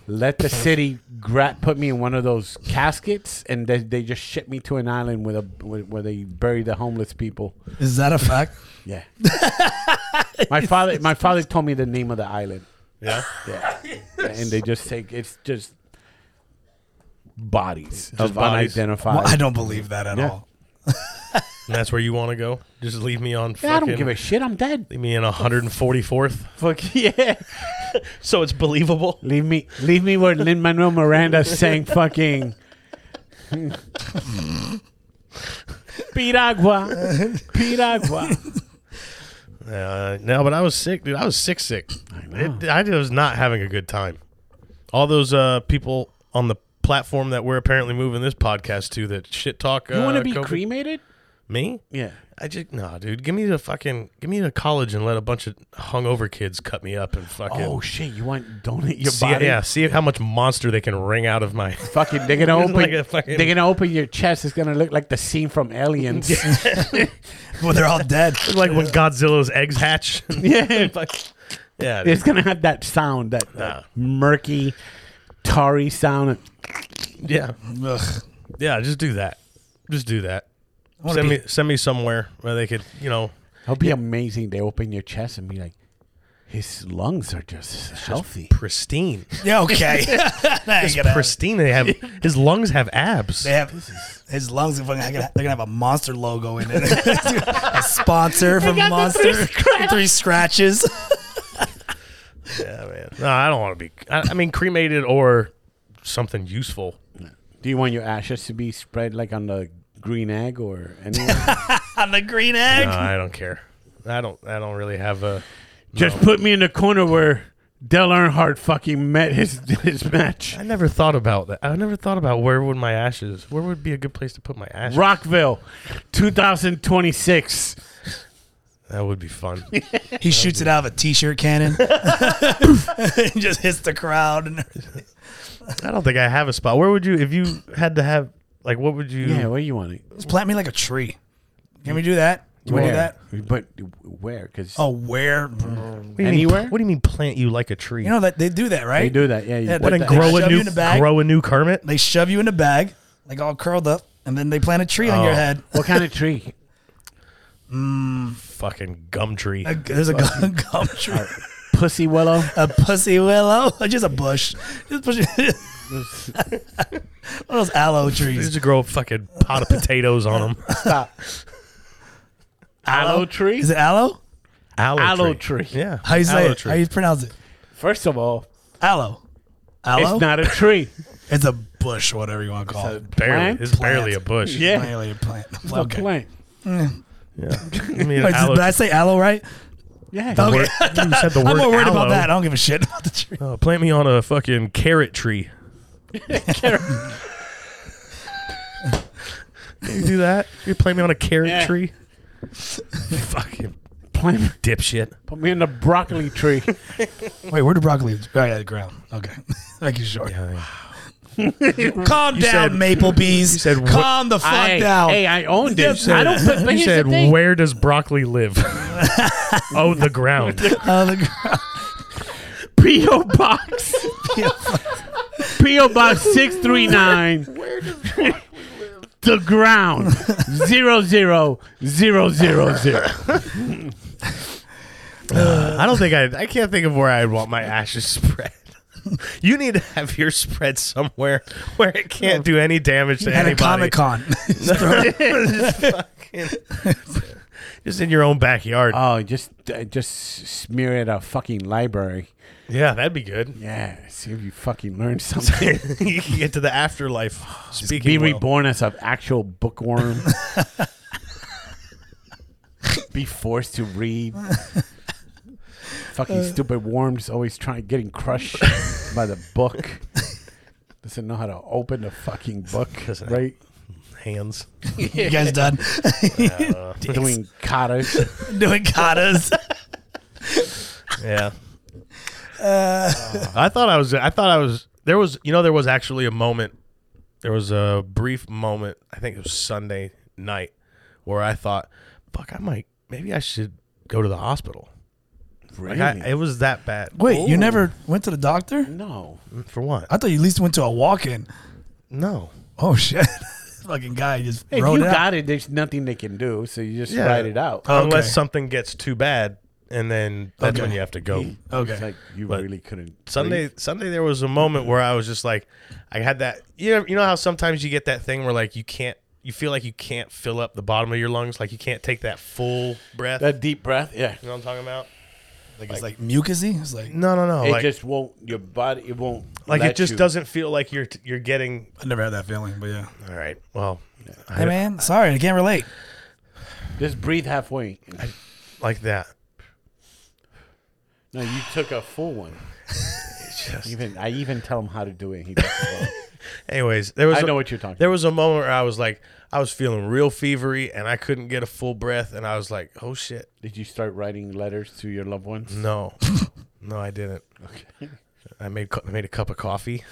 A: let the city gra- put me in one of those caskets and they, they just ship me to an island with a with, where they bury the homeless people.
D: Is that a fact?
A: Yeah. my father my father told me the name of the island.
B: [laughs] Yeah.
A: Yeah. and they just take it's just bodies of
B: bodies.
A: unidentified.
D: Well, I don't believe that at
A: Yeah.
D: all.
B: And that's where you want to go? Just leave me on fucking.
A: Yeah, I don't give a shit. I'm dead.
B: Leave me in 144th.
A: Fuck yeah.
B: So it's believable.
A: Leave me, leave me where Lin Manuel
B: [laughs]
A: Miranda sang fucking. Piragua, Piragua.
B: Uh, no, but I was sick, dude. I was sick, sick. I, it, I was not having a good time. All those uh, people on the platform that we're apparently moving this podcast to that shit talk.
A: You
B: uh,
A: want to be
B: COVID-
A: cremated?
B: Me?
A: Yeah.
B: I just no, dude. Give me the fucking. Give me the college and let a bunch of hungover kids cut me up and fucking.
A: Oh shit! You want donate your
B: see,
A: body?
B: [laughs] yeah. See how much monster they can wring out of my. [laughs]
A: Fucking, they're gonna open.
B: Like a fucking-
A: They're gonna open your chest. It's gonna look like the scene from
B: [laughs]
A: Aliens.
D: Well, they're all dead.
B: like when Godzilla's eggs hatch.
A: [laughs]
B: [laughs]
A: yeah.
B: Fuck. yeah. dude.
A: It's gonna have that sound, that, that murky, tarry sound.
B: Yeah.
D: Ugh.
B: Yeah, just do that. Just do that.
D: wanna
B: Send
D: be-
B: me send me somewhere where they could, you know,
A: It'll be amazing. They open your chest and be like, his lungs are just healthy.
B: pristine.
D: Yeah, okay. [laughs] That ain't gonna
B: Pristine. They [laughs] have his lungs have abs.
D: They have his lungs. Are fucking, they're gonna have a monster logo in it. [laughs] a sponsor from Monster. [laughs] Three, scratches.
B: Yeah, man. No, I don't want to be. I, I mean, cremated or something useful.
A: Do you want your ashes to be spread like on the green egg or
D: [laughs]
A: anywhere?
D: On the green egg.
B: No, I don't care. I don't. I don't really have a.
A: Just put me in the corner where Dell Earnhardt fucking met his [laughs] his match.
B: I never thought about that. I never thought about where would my ashes. Where would be a good place to put my ashes?
A: Rockville, 2026.
B: That would be [laughs] fun.
D: He shoots it out of a t-shirt [laughs] cannon. It just hits the crowd. And
B: I don't think I have a spot. Where would you, if you had to have, like, what would you?
A: Yeah, where you want it?
D: just plant me like a tree. Can we do that? Can we do that?
A: But where? Because
D: Oh, where? Mm.
B: What do you mean
A: Anywhere?
B: pl- what do you mean plant you like a tree?
D: You know that they do that, right?
A: they do that. Yeah, you
D: Yeah,
A: put
D: they
B: and
A: that-
D: grow-
B: grow a
D: shove you
B: new
D: in a bag.
B: grow a new Kermit.
D: They shove you in a bag, like all curled up, and then they plant a tree on your head.
A: what kind of tree?
B: Fucking gum tree.
D: A- there's a gum, [laughs] gum tree,
A: Pussy
D: [laughs]
A: willow.
D: a pussy willow, [laughs] just a bush, just push. [laughs] One of those aloe
B: They
D: trees.
B: just grow a fucking
D: [laughs]
B: pot of potatoes on them.
A: Stop. Aloe tree.
D: Is it aloe?
B: Aloe,
A: Aloe
B: tree.
A: tree.
B: Yeah.
D: How you say
B: Aloe
D: it? How you pronounce it?
A: First of all,
D: Aloe. Aloe.
A: it's not a
D: [laughs]
A: tree.
D: It's a bush, whatever you want to call it.
B: barely.
A: plant?
B: It's barely a bush.
A: Yeah.
D: Barely a plant.
A: A
D: Okay.
A: plant.
B: Yeah. [laughs] I mean,
D: Wait,
B: aloe
D: did I
B: [laughs]
D: say aloe right?
A: Yeah.
D: Okay.
B: You said the
D: [laughs]
B: word
D: I'm more worried
B: aloe.
D: about that. I don't give a shit about the tree.
B: Uh, plant me on a fucking carrot [laughs] tree. Can you do that? You plant me on a carrot
A: Yeah.
B: tree? [laughs] fucking
A: Plant.
B: dipshit.
A: Put me in the broccoli tree.
D: Wait, where did broccoli? Right at the ground. Okay. [laughs] Thank you, sure. Calm down,
B: said-
D: maple bees.
B: said wh-
D: Calm the fuck
A: I,
D: down.
A: Hey, I owned it.
D: said-
A: I don't. But, but
B: You
A: here's
B: said,
A: the thing.
B: where does
A: [laughs]
B: broccoli live? oh, the ground.
D: On Uh, the ground.
A: P.O. Box. [laughs] P.O. Box 639. Where does The ground. Zero, zero, zero, zero, zero.
B: I don't think I. I can't think of where I'd want my ashes [laughs] spread. You need to have your spread somewhere where it can't do any damage to
D: [laughs] At a
B: anybody. [laughs]
D: Comic Con.
B: Just in your own backyard.
A: Oh, just uh, just smear it at a fucking library.
B: yeah, that'd be good. [laughs]
A: Yeah, see if you fucking learn something.
B: you can get to the afterlife. Speaking
A: Be
B: well.
A: reborn as an actual
B: [laughs]
A: bookworm. Be forced to read. Fucking
B: Uh.
A: stupid worms always trying getting crushed by the book. Doesn't know how to open the fucking book,
B: Doesn't-
A: right?
B: hands.
D: you guys done [laughs]
A: Doing katas.
D: doing katas?
B: Yeah. Uh, [laughs] I thought I was. I thought I was. There was. You know, there was actually a moment. There was a brief moment. I think it was Sunday night where I thought, "Fuck, I might. Maybe I should go to the hospital." [laughs] Like, I- it was that bad.
D: Wait, you never Uh, went to the doctor?
A: no.
B: For what?
D: I thought you at least went to a walk-in.
B: No.
D: Oh [laughs] shit! Fucking guy just
A: If
D: wrote
A: you
D: it out.
A: got it, there's nothing they can do, so you just
B: Yeah.
A: write it out.
D: Oh, okay.
B: Unless something gets too bad, and then that's
D: Okay.
B: when you have to go.
D: Okay.
A: It's like you
B: But
A: really couldn't.
B: Sunday, Sunday, there was a moment where I was just like, I had that. You know, you know how sometimes you get that thing where like you can't, you feel like you can't fill up the bottom of your lungs, like you can't take that full breath.
A: That deep breath, yeah.
B: you know what I'm talking about?
D: like it's like mucusy. It's like
B: No, no, no.
A: It
B: Oh, like,
A: just won't. Your body, it won't.
B: like
A: let
B: it just
A: you-
B: doesn't feel like you're you're getting.
D: I never had that feeling, but yeah.
B: All right. Well,
D: Hey man, sorry, I can't relate.
A: Just breathe halfway.
B: like that.
A: No, you took a full one. even I even tell him how to do it. He doesn't know.
B: Anyways, there was.
A: I
B: a-
A: know what you're talking
B: There was a moment where I was like, I was feeling real fevery, and I couldn't get a full breath, and I was like, oh shit.
A: Did you start writing letters to your loved ones?
D: [laughs]
B: No, no, I didn't. Okay. I made cu- I made a cup of coffee,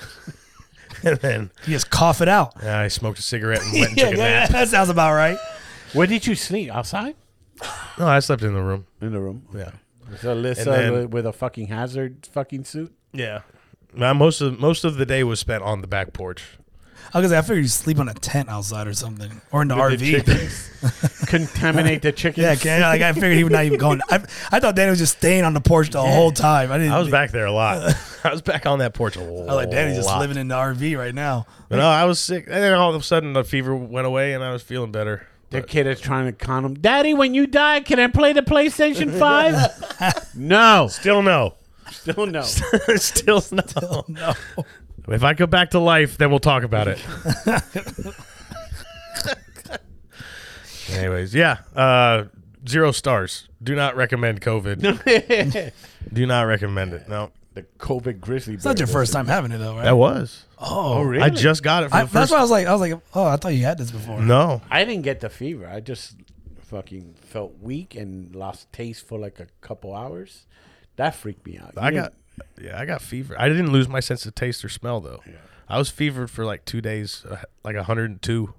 B: [laughs] and then
D: You just cough it out.
B: I smoked a cigarette and went
D: [laughs]
B: and
D: yeah,
B: took a
D: that,
B: nap.
D: that sounds about right.
A: Where did you sleep? Outside?
B: No, I slept in the room.
A: In the room.
B: Yeah,
A: With Alyssa
B: then-
A: with- with a fucking hazard fucking suit?
B: yeah. Now, most of most of the day was spent on the back porch.
D: I was gonna say, I figured you sleep on a tent outside or something, or in the
A: With the
D: RV.
A: chickens. Contaminate the chickens.
D: yeah, can, like I figured he was not even going. I, I thought Danny was just staying on the porch the whole time. I didn't. [laughs]
B: I was back there a lot. I was back on that porch a lot.
D: I was like Danny's just living in the RV right now.
B: But no, I was sick, and then all of a sudden the fever went away, and I was feeling better.
A: The kid is trying to con him. Daddy, when you die, can I play the PlayStation 5? no.
B: Still no.
A: Still no.
B: [laughs] Still no. no. If I go back to life, then we'll talk about it. Anyways, yeah. Uh, zero stars. Do not recommend COVID. Do not recommend it. No.
A: the COVID grizzly
D: It's not your first time having it though, right?
B: was.
D: oh,
A: really?
B: I just got it for
D: I,
B: the
D: that's
B: first
D: why I was like, I was like, oh, I thought you had this before.
B: No.
A: I didn't get the fever. I just fucking felt weak and lost taste for like a couple hours. That freaked me out.
B: I
A: You
B: got Yeah, I got fever. I didn't lose my sense of taste or smell though. I was fevered for like 2 days, uh, like 102.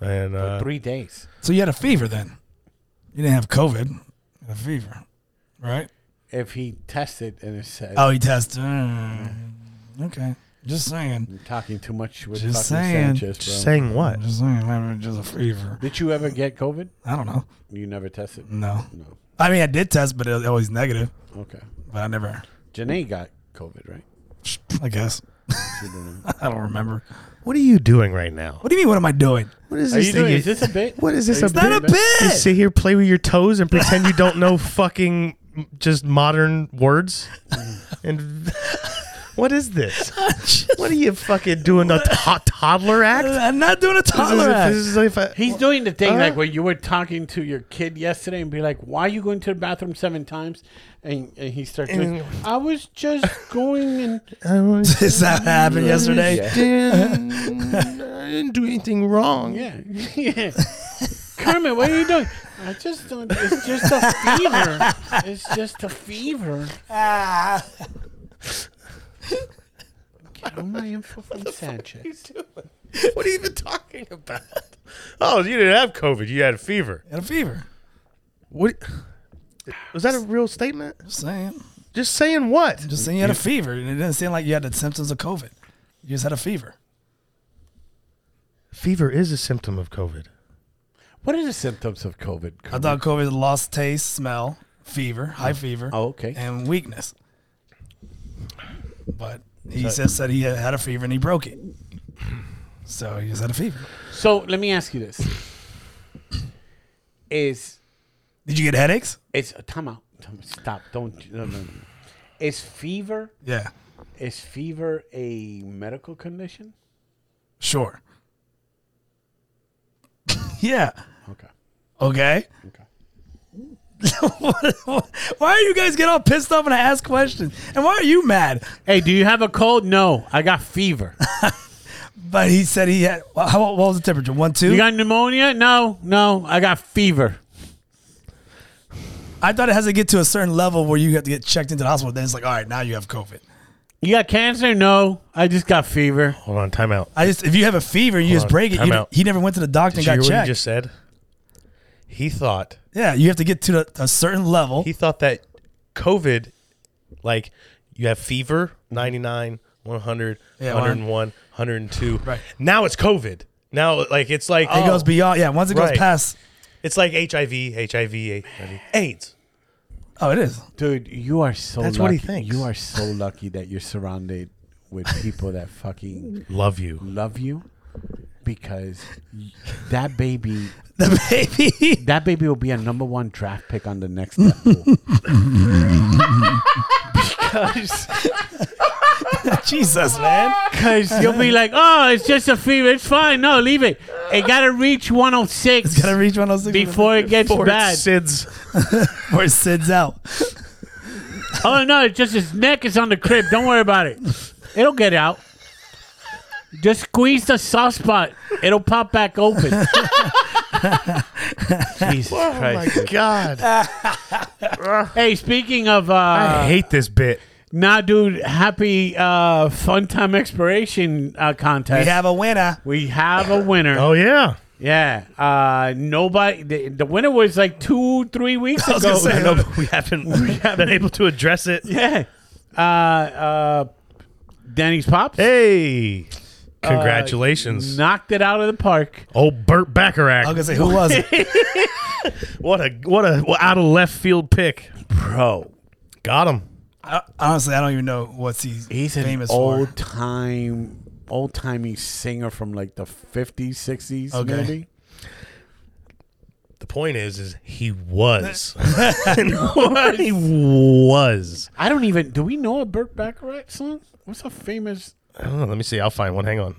B: And
A: didn't-
B: uh,
A: three days.
D: So you had a fever then. You didn't have COVID. You had a fever, right?
A: If he tested and it said,
B: Uh,
D: Oh, you tested. Mm. Okay, just saying.
A: I'm talking too much with
D: Just
A: fucking
D: saying.
A: Sanchez, bro.
B: saying what?
D: Just saying, I'm just a fever.
A: Did you ever get COVID?
D: I don't know.
A: You never tested?
D: No,
A: No.
D: I mean I did test, but it was always negative.
A: Okay.
D: But I never.
A: Janae got COVID, right?
D: I guess. [laughs] I don't remember.
B: What are you doing right now?
D: What do you mean? What am I doing?
B: What is
A: Are
B: this
A: you
B: thing?
A: doing?
B: you-
A: Is this a bit?
B: What is this?
A: It's
B: A
A: not
B: bit?
A: a
B: man? You
D: bit!
B: sit here, play with your toes, and pretend you don't know [laughs] fucking just modern words. Mm. and [laughs] what is [laughs] this? What are you fucking doing? A to- toddler act?
D: I'm not doing a
B: This is-
D: toddler
B: this
D: act.
B: is if I-
A: He's doing the thing like
B: Huh?
A: when you were talking to your kid yesterday and be like, "Why are you going to the bathroom seven times?" And, and he starts. Doing, I was just going and
B: I [laughs]
D: [laughs]
B: was-
D: Is that what happened yesterday?
B: I [laughs] didn't do anything
A: [laughs]
B: wrong.
A: yeah, yeah. Kermit, what are you doing? I just don't. It's just a fever. It's just a fever.
D: Ah.
A: Get on my info from Sanchez.
B: [laughs] What are you even talking about? Oh, you didn't have COVID. You had a fever.
D: Had a fever.
B: What? Was that a real statement?
D: Just saying.
B: Just saying what?
D: Just saying you had a fever, and it didn't seem like you had the symptoms of COVID. You just had a fever.
B: Fever is a symptom of COVID.
A: What are the symptoms of COVID?
D: I
A: Kermit?
D: thought COVID was lost taste, smell, fever, high fever.
A: Oh, okay.
D: And weakness. But he just said he had had a fever and he broke it. So he just had a fever.
A: So let me ask you this: Is
D: Did you get headaches?
A: it's time out? Time- Stop! Don't no no. no. Is fever
D: Yeah.
A: is fever a medical condition?
D: Sure. [laughs] yeah.
A: Okay.
D: Okay.
A: Okay.
D: [laughs] why are you guys getting all pissed off when I ask questions? And why are you mad?
A: Hey, do you have a cold? No, I got fever.
D: But he said he had. wha- How, what was the temperature? One, two.
A: You got pneumonia? No, no, I got fever.
D: I thought it has to get to a certain level where you have to get checked into the hospital. Then it's like, all right, now you have COVID.
A: You got cancer? No, I just got fever.
B: Hold on, time out.
D: I just if you have a fever, you just
B: on,
D: break it.
B: time
D: You,
B: out.
D: he never went to the doctor
B: Did you
D: and
B: hear
D: got
B: what
D: checked.
B: he just said? He thought
D: yeah, you have to get to the, a certain level.
B: he thought that COVID, like you have fever, 99, 100,
D: Yeah,
B: 101, 102. Right. Now it's COVID. Now like it's like
D: it goes beyond. Yeah, once it
B: oh. Right.
D: goes past.
B: it's like HIV, HIV, HIV, AIDS.
D: Oh, it is. [laughs]
A: Dude, you are so
B: That's
A: lucky.
B: what he thinks.
A: You are so lucky that you're surrounded with people that fucking
B: Love you.
A: love you because that baby
D: [laughs] The baby.
A: that baby will be a number one draft pick on the next
D: [laughs]
A: level.
D: Jesus, man.
A: Because you'll be like, oh, it's just a fever. It's fine. No, leave it. It got to reach 106
D: It's gotta reach oh one of those things
A: before it gets
B: Or
A: bad.
B: SIDS.
D: before it sends out.
A: Oh, no, it's just his neck is on the crib. Don't worry about it. It'll get out. Just squeeze the soft spot. It'll pop back open. [laughs] Jesus
B: Oh,
A: Christ.
B: God,
A: [laughs] Hey, speaking of
B: I
A: uh,
B: hate this bit.
A: nah, dude, happy uh, fun time expiration uh,
D: We
A: contest.
D: have a winner.
A: we have a winner.
B: Oh yeah.
A: Yeah. Uh, nobody. The, the winner was like two, three weeks
B: [laughs]
D: was
A: ago.
D: gonna say, uh,
B: I know, but
D: [laughs]
B: we haven't, we haven't been able to address it.
A: yeah. Uh, uh, Danny's pops
B: Hey,
D: Uh,
B: congratulations,
A: knocked it out of the park.
B: old Burt
D: I was
B: Bacharach.
D: gonna say, who was
B: [laughs]
D: it?
B: What a what a what out of left field pick, bro. Got him.
D: I, honestly, I don't even know what's he
A: He's an
D: famous for.
A: old time, old timey singer from like the fifties, sixties,
D: Okay.
A: maybe.
B: The point is, is he [laughs] was. he was.
A: I don't even. Do we know a Burt Bacharach song? What's a famous?
B: Oh, let me see. I'll find one. Hang on.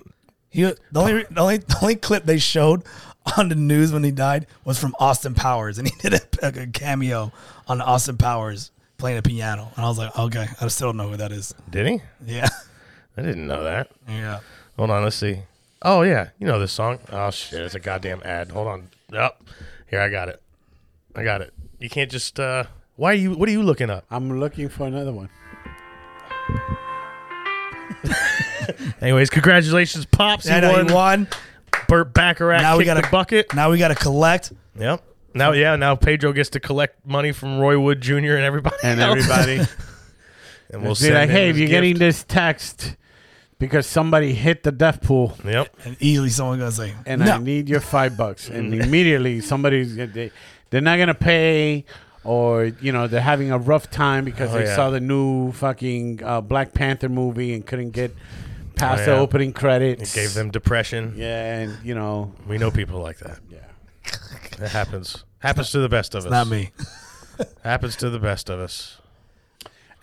D: He, the only re- the only the only clip they showed on the news when he died was from Austin Powers, and he did a, a cameo on Austin Powers playing a piano, and I was like, okay, I still don't know who that is.
B: Did he?
D: Yeah,
B: I didn't know that.
D: yeah.
B: Hold on. Let's see. Oh yeah, you know this song. Oh shit, it's a goddamn ad. Hold on. Yep. Here, I got it. I got it. You can't just. uh Why are you? What are you looking up?
A: I'm looking for another one.
B: Anyways, congratulations, pops.
D: I
B: He
D: know
B: won.
D: he won.
B: Burt Bacharach
D: Now we
B: kicked
D: gotta-
B: the bucket.
D: Now we got to collect.
B: Yep. Now, yeah, now Pedro gets to collect money from Roy Wood Jr. and everybody.
A: And
B: else.
A: everybody.
B: [laughs] And we'll
A: Be
B: send
A: like,
B: him
A: hey,
B: his
A: if you're
B: gift.
A: getting this text because somebody hit the death pool,
B: Yep.
D: And easily someone gonna say,
A: and
D: no.
A: I need your five bucks, and
B: Mm.
A: immediately somebody's they, they're not gonna pay, or you know they're having a rough time because
B: Oh,
A: they
B: yeah.
A: saw the new fucking uh, Black Panther movie and couldn't get past
B: Oh,
A: the
B: yeah.
A: opening
B: It
A: credits.
B: gave them depression.
A: yeah, and you know,
B: We know people like that.
A: yeah.
B: It happens. Happens to the best of us.
A: [laughs]
D: not me.
B: Happens to the best of us.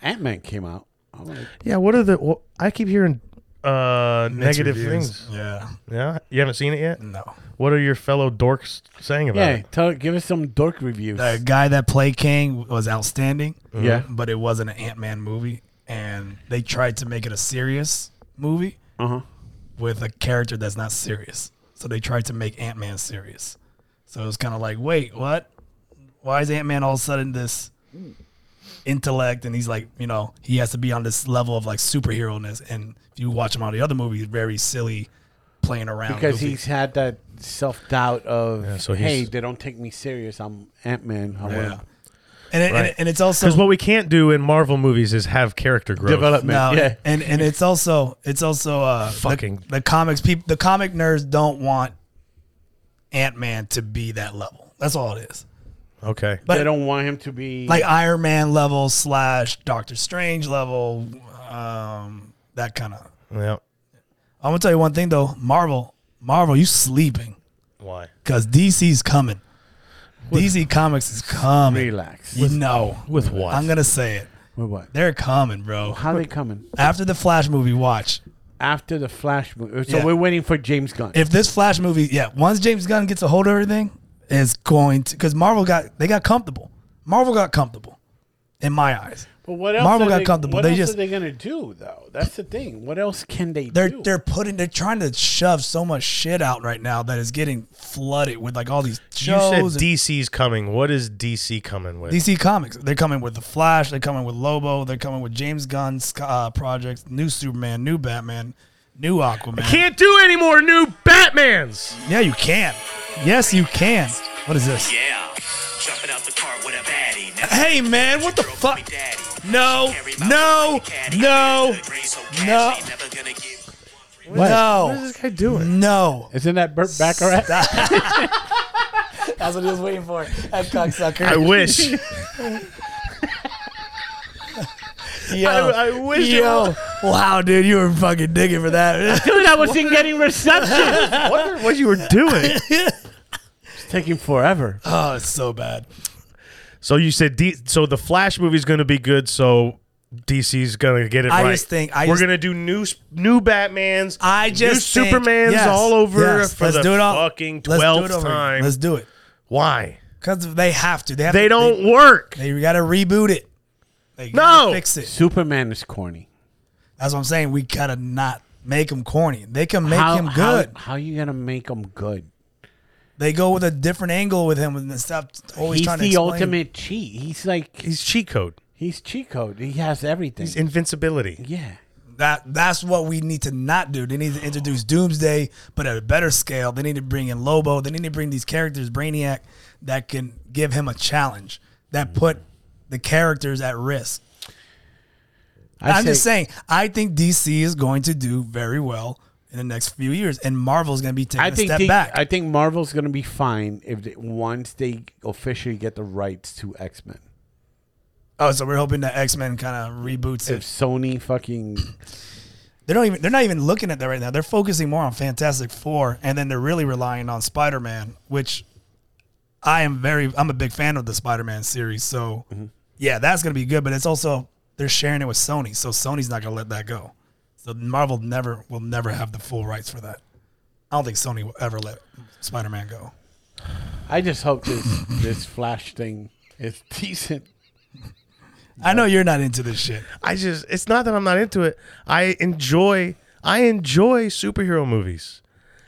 A: Ant Man came out. I'm like,
B: Yeah, what are the. What, I keep hearing uh, negative
D: Reviews.
B: things.
D: Yeah,
B: Yeah. You haven't seen it yet?
D: no.
B: What are your fellow dorks saying about
A: Mm. yeah,
B: it?
A: tell, give us some dork reviews.
D: The guy that played King was outstanding.
A: Yeah.
B: Mm-hmm.
D: but it wasn't an Ant Man movie, and they tried to make it a serious movie
A: Uh-huh.
D: with a character that's not serious. So they tried to make Ant Man serious. So it was kind of like, wait, what? Why is Ant Man all of a sudden this intellect? And he's like, you know, he has to be on this level of like superhero ness. And if you watch him on the other movies, very silly, playing around.
A: because
D: goofy.
A: he's had that self doubt of,
B: so
A: hey,
B: he's-
A: they don't take me serious. I'm Ant Man. I
D: yeah.
A: want
D: And, it, and,
B: Right.
D: it- and it's also
B: Because what we can't do in Marvel movies is have character growth.
A: development.
D: No,
A: yeah,
D: and and it's also it's also uh, the-
B: Fucking-
D: the, comics people the comic nerds don't want Ant Man to be that level. That's all it is.
B: Okay.
D: but-
A: they don't want him to be
D: Like Iron Man level slash Doctor Strange level, um, that kind of.
B: Yeah.
D: I'm gonna tell you one thing though, Marvel, Marvel, you sleeping
B: Why?
D: because DC's coming. DC Comics is coming.
A: relax.
D: You know,
B: With what?
D: I'm gonna say it.
A: With what?
D: They're coming, bro.
A: How they coming
D: After the Flash movie, watch.
A: after the Flash movie? So
D: Yeah.
A: we're waiting for James Gunn.
D: if this Flash movie, yeah, once James Gunn gets a hold of everything, is going to because Marvel got they got comfortable. Marvel got comfortable. in my eyes.
A: But what else?
D: Marvel
A: are
D: got
A: they,
D: comfortable.
A: What
D: They
A: else
D: just-
A: are they gonna do though? That's the thing. What else can they
D: They're
A: do?
D: they're putting they're trying to shove so much shit out right now that is getting flooded with like all these
B: You
D: shows.
B: said
D: and-
B: DC's coming. What is DC coming with?
D: DC Comics. They're coming with the Flash. They're coming with Lobo. They're coming with James Gunn's uh, projects. New Superman. New Batman. New Aquaman.
B: Can't do any more new Batmans.
D: Yeah, you can. Yes, you can. What is this?
H: Yeah. Jumping out the car with a baddie. Now,
D: Hey man, what the
H: girl,
D: fuck?
H: call me daddy.
D: No,
H: Carry my
D: no,
H: weight like a caddy.
D: no,
H: Been to the green so
D: no.
H: casually, never gonna give
A: What?
D: No.
A: What is this guy doing?
D: no.
A: Isn't that Burt Bacharach? [laughs]
D: That's what he was waiting for. That cocksucker. [laughs]
B: I wish.
D: Yo,
B: I- I wish it
D: Yo, wow, dude, you were fucking digging
A: [laughs]
D: for that. [laughs]
G: Dude, I wasn't getting reception.
B: wondered what you were doing.
D: [laughs]
A: It's taking forever.
D: oh, it's so bad.
B: So you said D- so the Flash movie's going to be good. So DC's going to get it
D: I
B: right.
D: just think- I
B: we're
D: just-
B: going to do new sp- new Batman's.
D: I just
B: new
D: think-
B: Supermans
D: yes,
B: all over
D: yes,
B: for
D: let's
B: the
D: do it all-
B: fucking
D: let's do it
B: twelfth
D: over.
B: time.
D: Let's do it
B: Why?
D: because they have to. They have.
B: They
D: to-
B: don't work.
D: They, got to reboot it. They
B: No.
D: gotta fix it.
A: Superman is corny.
D: That's what I'm saying. We gotta not make him corny. They can make
A: how,
D: him good.
A: How, how you gonna make him good?
D: they go with a different angle with him and stop always
A: He's
D: trying
A: the
D: to explain.
A: ultimate cheat. He's like
B: He's cheat code.
A: he's cheat code. He has everything.
B: He's invincibility.
A: yeah.
D: That that's what we need to not do. They need to introduce Doomsday, but at a better scale. They need to bring in Lobo. They need to bring these characters, Brainiac, that can give him a challenge that put the characters at risk.
A: I
D: I'm
A: say-
D: just saying. I think DC is going to do very well in the next few years, and Marvel's going to be taking
A: I
D: a
A: think
D: step
A: they-
D: back.
A: I think Marvel's gonna be fine if they, once they officially get the rights to X Men.
D: oh, so we're hoping that X Men kind of reboots
A: If
D: it.
A: Sony fucking
D: They don't even. They're not even looking at that right now. They're focusing more on Fantastic Four, and then they're really relying on Spider Man, which I am very. I'm a big fan of the Spider Man series, so
B: Mm-hmm.
D: yeah, that's gonna be good. But it's also they're sharing it with Sony, so Sony's not gonna let that go. So Marvel never will never have the full rights for that. I don't think Sony will ever let Spider Man go.
A: I just hope this this Flash thing is [laughs] decent.
D: I know you're not into this shit.
B: I just it's not that I'm not into it. I enjoy I enjoy superhero movies.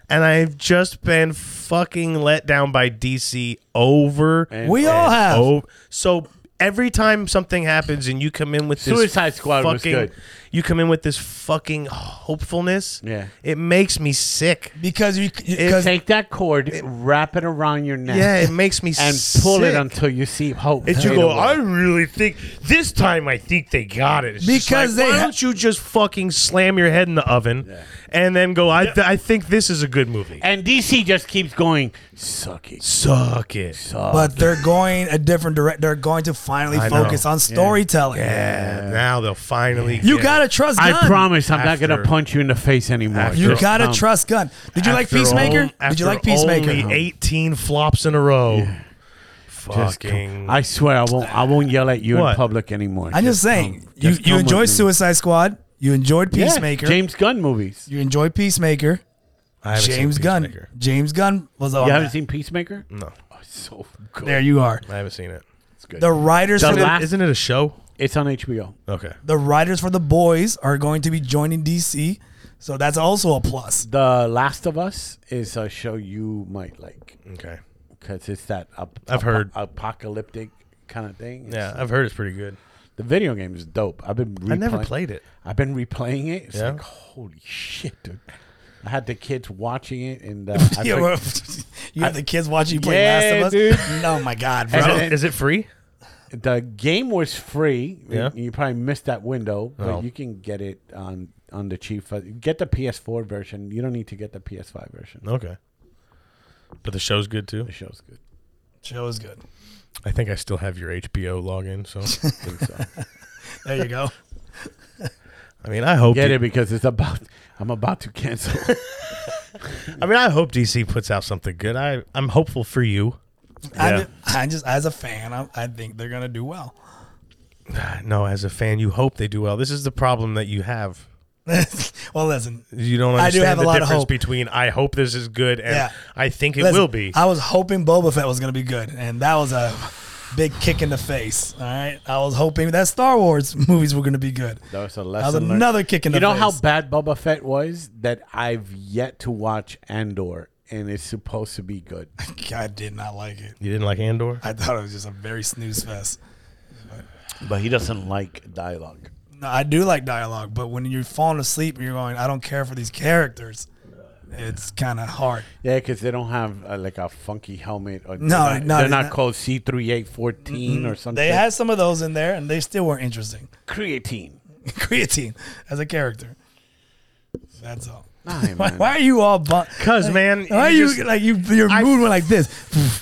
B: And I've just been fucking let down by DC over
A: And-
D: We
A: and
D: all have.
B: Oh, so every time something happens and you come in with this
A: Suicide Squad was
B: fucking,
A: good.
B: you come in with this fucking hopefulness.
A: Yeah.
B: it makes me sick.
D: because you because
A: Take that cord, wrap it around your neck,
B: Yeah, it makes me
A: [laughs] and
B: sick.
A: pull it until you see hope.
B: And you
A: fade
B: go,
A: away.
B: I really think this time I think they got it. It's just
D: Because
B: like,
D: they
B: why
D: ha-
B: don't you just fucking slam your head in the oven and then go? I th- I think this is a good movie.
A: and DC just keeps going. Suck it.
B: Suck it.
D: but they're going a different direct. They're going to finally
B: I know.
D: focus on storytelling.
B: Yeah, now they'll finally.
D: You
B: get
D: gotta
B: it.
D: trust.
A: I
D: Gunn.
A: promise I'm not gonna
B: After-
A: punch you in the face anymore.
B: After-
D: You
B: Just
D: gotta
A: um,
D: trust Gun. Did you like
B: After
D: Peacemaker?
B: on-
D: Did you like
B: after
D: Peacemaker?
B: Only eighteen flops in a row. Fucking.
A: I swear I won't. I won't yell at you in
B: What?
A: public anymore.
D: I'm just
A: come-
D: saying. You
A: just
D: you
A: come
D: enjoyed
A: with me.
D: Suicide Squad. You enjoyed
A: Yeah,
D: Peacemaker.
A: James Gunn movies.
D: you enjoyed Peacemaker.
B: I haven't seen
D: James Gunn.
B: Peacemaker.
D: James Gunn was on.
A: You
D: that.
A: haven't seen Peacemaker?
B: No,
A: Oh, it's so good.
D: there you are.
B: I haven't seen it.
D: The writers
A: The
D: for the,
A: last-
B: Isn't it a show?
A: It's on HBO.
B: Okay.
D: the writers for the boys are going to be joining DC, so that's also a plus.
A: The Last of Us is a show you might like
B: Okay.
A: because it's that ap-
B: I've heard.
A: apocalyptic kind of thing. It's-
B: Yeah, I've heard it's pretty good.
A: the video game is dope. I've been replaying,
B: I never played it.
A: I've been replaying it. It's
B: Yeah?
A: like holy shit, dude. I had the kids watching it
B: [laughs]
A: and uh,
D: [laughs]
A: I
D: Yeah,
A: picked-
D: well, you have the kids watching you play
A: Yeah,
D: Last of Us.
A: dude.
D: Oh my god,
A: And-
D: bro!
A: and-
B: Is it free?
A: the game was free.
B: Yeah.
A: You probably missed that window, but
B: Oh.
A: you can get it on on the cheap. Get the PS4 version. You don't need to get the PS5 version.
B: Okay. But the show's good too.
A: The show's good.
D: Show is good.
B: I think I still have your HBO login, so
A: think so.
D: [laughs] There you go.
B: I mean, I hope.
A: Get it because it's about. I'm about to cancel.
B: I mean, I hope DC puts out something good. I I'm hopeful for you. Yeah.
D: I, I just as a fan, I, I think they're gonna do well.
B: Uh, No, as a fan, you hope they do well. This is the problem that you have.
D: [laughs] well, listen,
B: You don't
D: I do
B: understand
D: have a
B: the
D: lot of
B: difference
D: hope.
B: between I hope this is good and
D: Yeah.
B: I think it
D: listen,
B: will be.
D: I was hoping Boba Fett was going to be good, and that was a Big kick in the face. All right. I was hoping that Star Wars [laughs] movies were going to be good.
A: That was a
D: That
A: lesson.
D: was
A: learned.
D: another kick in the
A: you know
D: face.
A: how bad Boba Fett was? That I've yet to watch Andor, and it's supposed to be good.
D: [laughs] I did not like it.
B: You didn't like Andor?
D: I thought it was just a very snooze fest.
A: [laughs] But he doesn't like dialogue.
D: No, I do like dialogue, but when you're falling asleep and you're going, I don't care for these characters, it's kind of hard.
A: Yeah, because they don't have uh, like a funky helmet. Or
D: No,
A: they're not,
D: no,
A: they're
D: they're
A: not
D: not.
A: called C three eight fourteen or something.
D: They had some of those in there, and they still weren't interesting. [laughs]
A: creatine.
D: Creatine as a character. That's all.
A: Nah,
D: Why,
A: man.
D: why are you all? Bu-
B: 'Cause,
D: like,
B: man,
D: why are
B: you
D: you
B: just-
D: like you? Your
B: I-
D: mood went like this.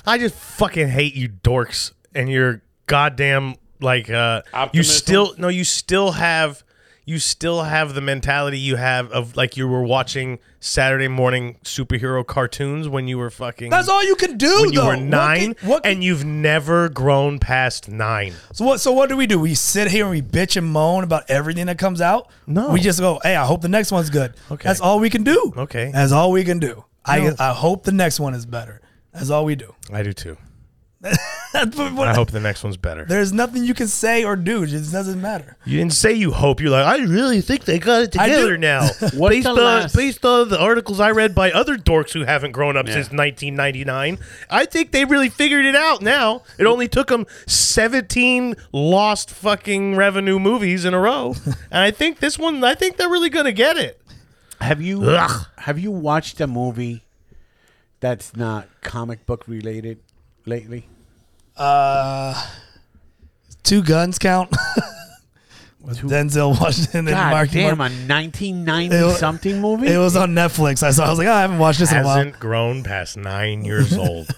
B: [laughs] I just fucking hate you dorks and your goddamn like uh you
A: Optimism?
B: still no you still have you still have the mentality you have of like you were watching Saturday morning superhero cartoons when you were fucking
D: That's all you can do.
B: when you
D: though.
B: were 9
D: What can, what can-
B: and you've never grown past 9.
D: so what? So what do we do? We sit here and we bitch and moan about everything that comes out.
B: No.
D: we just go. Hey, I hope the next one's good.
B: Okay.
D: that's all we can do.
B: Okay.
D: that's all we can do. I I hope the next one is better. That's all we do.
B: I do too.
D: That's what-
B: [laughs] I hope the next one's better.
D: [laughs] There's nothing you can say or do. It just doesn't matter.
B: You didn't say you hope. You're like, I really think they got it
D: I do.
B: together
D: [laughs]
B: now.
A: What's
B: based
A: the
B: on
A: last-
B: based on the articles I read by other dorks who haven't grown up since 1999, I think they really figured it out now. It only took them 17 lost fucking revenue movies in a [laughs] row, and I think this one, I think they're really gonna get it.
A: Have you
B: Ugh.
A: have you watched a movie that's not comic book related lately?
D: Two guns count.
B: [laughs]
D: With Denzel Washington and
A: God
D: Mark.
A: damn,
D: Mark-
A: a nineteen ninety
D: wa-
A: something movie.
D: it was on Netflix. I saw. I was like, oh, I haven't watched this in a while.
B: Hasn't grown past nine years old.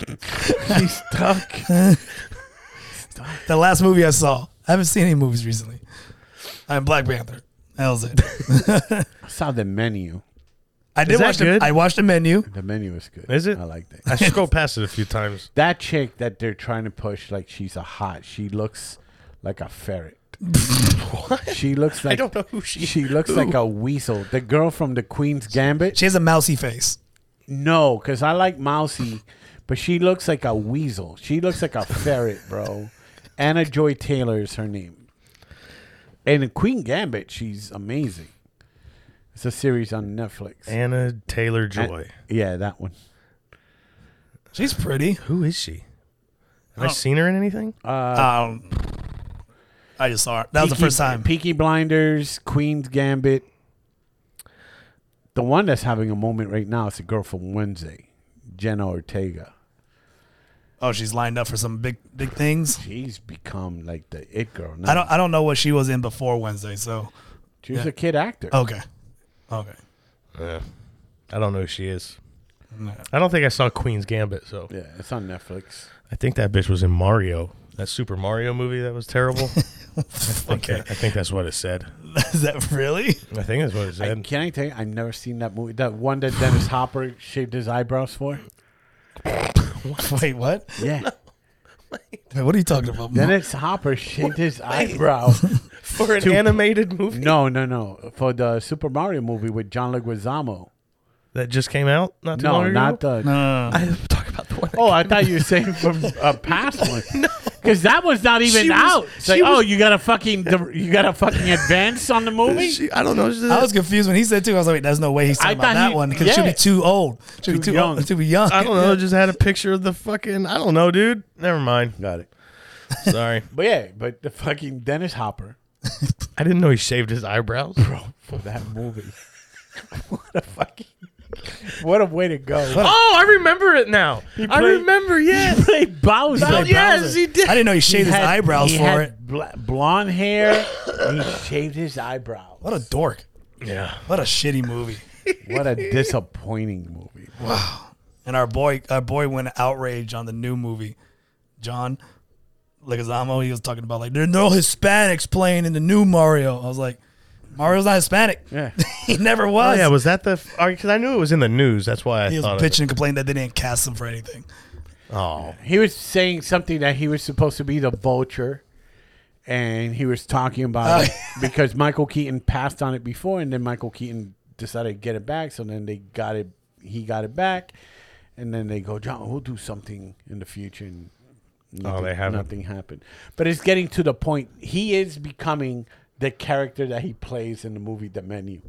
A: stuck.
D: The last movie I saw. I haven't seen any movies recently. I'm Black Panther. That was it.
A: I saw the menu.
D: I did
B: that
D: watch the.
B: good?
D: I watched the menu.
A: The menu is good.
B: Is it?
A: I like that.
B: [laughs] I scrolled past it a few times.
A: That chick that they're trying to push, like she's a hot. She looks like a
B: [laughs]
A: ferret. She looks like
B: I don't know who she.
A: She looks like a weasel. The girl from the Queen's Gambit.
D: She has a mousy face.
A: No, because I like Mousy, but she looks like a weasel. She looks like a ferret, bro. Anna Joy Taylor is her name. And in Queen Gambit, she's amazing. It's a series on Netflix.
B: Anna Taylor Joy.
A: yeah, that one.
D: She's pretty.
B: Who is she? Have I seen her in anything?
D: um, I just saw her. That was the
A: Peaky-
D: first time.
A: Peaky Blinders, Queen's Gambit. The one that's having a moment right now is a girl from Wednesday, Jenna Ortega.
D: Oh, she's lined up for some big big things.
A: She's become like the it girl. Now.
D: I don't. I don't know what she was in before Wednesday. So
A: She was a kid actor.
D: okay, okay. [laughs]
B: I don't know who she is.
D: No.
B: I don't think I saw Queen's Gambit, so
A: Yeah, it's on Netflix.
B: I think that bitch was in Mario. That Super Mario movie that was terrible. [laughs]
D: Okay.
B: I think that's what it said.
D: Is that really? [laughs]
B: I think that's what it
A: I,
B: said.
A: can I tell you? I've never seen that movie. That one that
D: [laughs]
A: Dennis Hopper shaved his eyebrows for.
D: Wait, what?
A: Yeah,
D: Wait, what are you talking
A: [laughs]
D: about?
A: Dennis Hopper shaved
D: [laughs]
A: his eyebrow.
B: For an [laughs] animated movie
A: No, no, no. For the Super Mario movie with John Leguizamo.
B: that just came out not too long
A: No,
B: ago.
A: not the.
D: Uh,
B: I talk about the one.
A: Oh, I thought you were saying from a past one. Because that was not even
B: She was-
A: out. It's like,
B: she was-
A: oh, you got a fucking, you got a fucking advance on the movie.
B: She- I don't know. She-
D: I was confused when he said too. I was like, wait, there's no way he's
A: I
D: talking
A: thought
D: about that
A: he-
D: one because she'll
A: yeah.
D: be too old. She'll be
A: Too
D: too
A: young.
D: old. She'll be young.
B: I don't know. Just had a picture of the fucking. I don't know, dude. Never mind.
A: Got it.
B: [laughs] Sorry.
A: But yeah, but the fucking Dennis Hopper
B: I didn't know he shaved his eyebrows.
A: for that movie. [laughs] what a fucking, what a way to go.
B: [laughs] Oh, I remember it [laughs] now. I
A: played-
B: remember. Yes.
A: Play Bowser.
B: Oh, yes, he did.
D: I didn't know he shaved his
A: had- [laughs]
D: eyebrows
A: he
D: for
A: had
D: it.
A: bla- blonde hair. and he shaved his eyebrow.
D: What a dork.
B: Yeah.
D: What a shitty movie.
A: What a disappointing movie.
D: And our boy, our boy went outraged on the new movie. John Leguizamo, he was talking about like there's no Hispanics playing in the new Mario. I was like, Mario's not Hispanic.
A: Yeah.
D: [laughs] he never
B: [laughs] Oh
D: was.
B: yeah, was that the? Because I knew it was in the news. That's why I
D: he was
B: thought.
D: bitching and complaining that they didn't cast him for anything.
B: Of it. Oh,
A: He was saying something that he was supposed to be the vulture. And he was talking about
D: Oh,
A: it because Michael Keaton passed on it before, and then Michael Keaton decided to get it back. So then they got it, he got it back, and then they go, John, we'll do something in the future. And
B: Oh, they haven't.
A: Nothing happened. But it's getting to the point. He is becoming the character that he plays in the movie The Menu.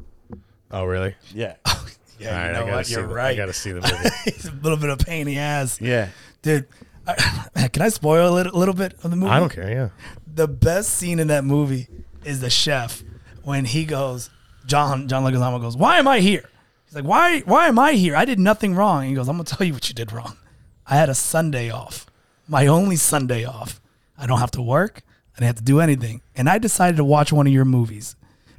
B: Oh, really?
A: Yeah.
D: Yeah,
B: All
D: you
B: right,
D: know
B: I gotta
D: what?
B: see
D: You're
B: the- I
D: right.
B: gotta [laughs] see the
D: [laughs]
B: movie.
D: it's a little bit of pain in the ass.
A: yeah.
D: Dude, I, [laughs] can I spoil it a little bit of the movie?
B: I don't care. Yeah.
D: The best scene in that movie is the chef when he goes, John John Leguizamo goes, "Why am I here?" He's like, "Why why am I here? I did nothing wrong." He goes, "I'm gonna tell you what you did wrong. I had a Sunday off, my only Sunday off. I don't have to work. I didn't have to do anything, and I decided to watch one of your movies.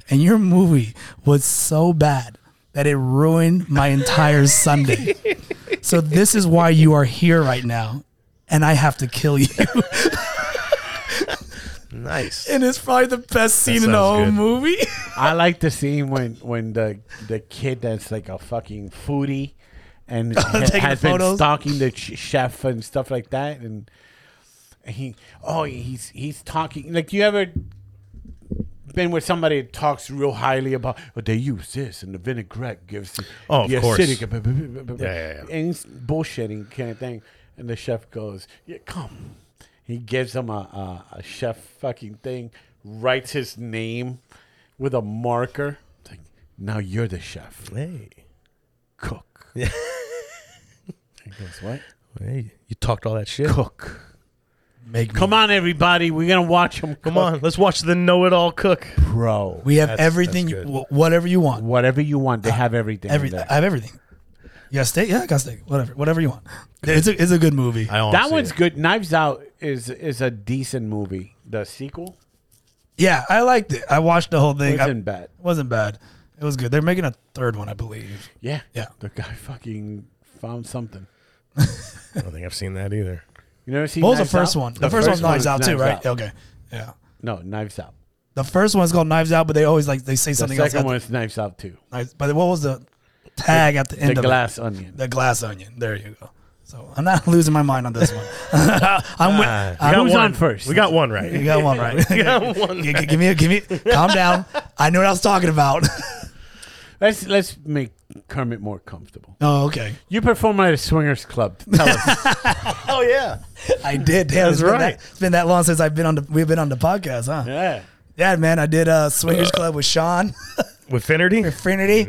D: And your movie was so bad that it ruined my entire Sunday." So this is why you are here right now, and I have to kill you.
B: Nice.
D: and it's probably the best scene in the
B: sounds
D: whole
B: good.
D: movie.
A: I like the scene when when the the kid that's like a fucking foodie
B: [laughs]
A: and
D: Taking
A: has been
D: photos.
A: stalking the ch- chef and stuff like that and he oh he's he's talking like you ever been with somebody that talks real highly about oh, they use this and the vinaigrette gives
B: Oh, of
A: the
B: course.
A: acidic blah, blah, blah, blah, blah.
B: Yeah, yeah, yeah.
A: and he's bullshitting kind of thing and the chef goes yeah come he gives him a, a, a chef fucking thing writes his name with a marker like, now you're the chef
B: Hey.
A: cook
B: Yeah.
A: [laughs] he goes what
B: Hey. You talked all that [laughs] shit.
A: cook
D: Make
A: come on everybody we're gonna watch him
B: Come on, let's watch the know-it-all cook.
A: bro
D: We have
B: That's-
D: everything,
B: that's good.
D: wh- whatever you want.
A: whatever you want they have everything in
D: Every
A: there.
D: I have everything. You got steak? Yeah, I got steak. Whatever, whatever you want. It's a, it's a good movie.
B: I don't
A: that
B: see
A: one's
B: it.
A: good knives out is is a decent movie the sequel
D: Yeah, I liked it. I watched the whole thing. I-
A: wasn't bad
D: wasn't bad. It was good. They're making a third one, I believe.
A: yeah
D: Yeah.
A: the guy fucking found something
B: I don't think I've seen that either.
A: you never seen
D: What was the
A: Knives
D: first
A: Out?
D: one? The, first, one's Knives
A: is
D: Out too,
A: Knives
D: right?
A: Out.
D: Okay. Yeah.
A: no knives out
D: The first one's called Knives Out, but they always like they say
A: the
D: something else.
A: second
D: at
A: one is knives out too
D: the- Knives- But what was the tag at the end
A: the
D: of it?
A: glass onion
D: The glass onion. There you go. So I'm not [laughs] losing my mind on this one. I'm with.
B: We
D: I'm
B: got
A: who's
B: one.
A: on first?
B: We got one right.
A: [laughs]
D: You got one right. [laughs]
B: got one
D: G- g- give me, a, give me. Calm down. I know what I was talking about. [laughs]
A: let's let's make kermit more comfortable
D: oh, okay.
A: you perform at a swingers
D: [laughs]
A: club tell us
B: Oh yeah.
D: I did. Damn,
B: That's
D: it's been
B: right.
D: That, it's been that long since I've been on the. We've been on the podcast, huh? Yeah,
A: yeah
D: man. I did uh, Swingers Club with Sean [laughs]
B: With Finnerty.
D: Trinity.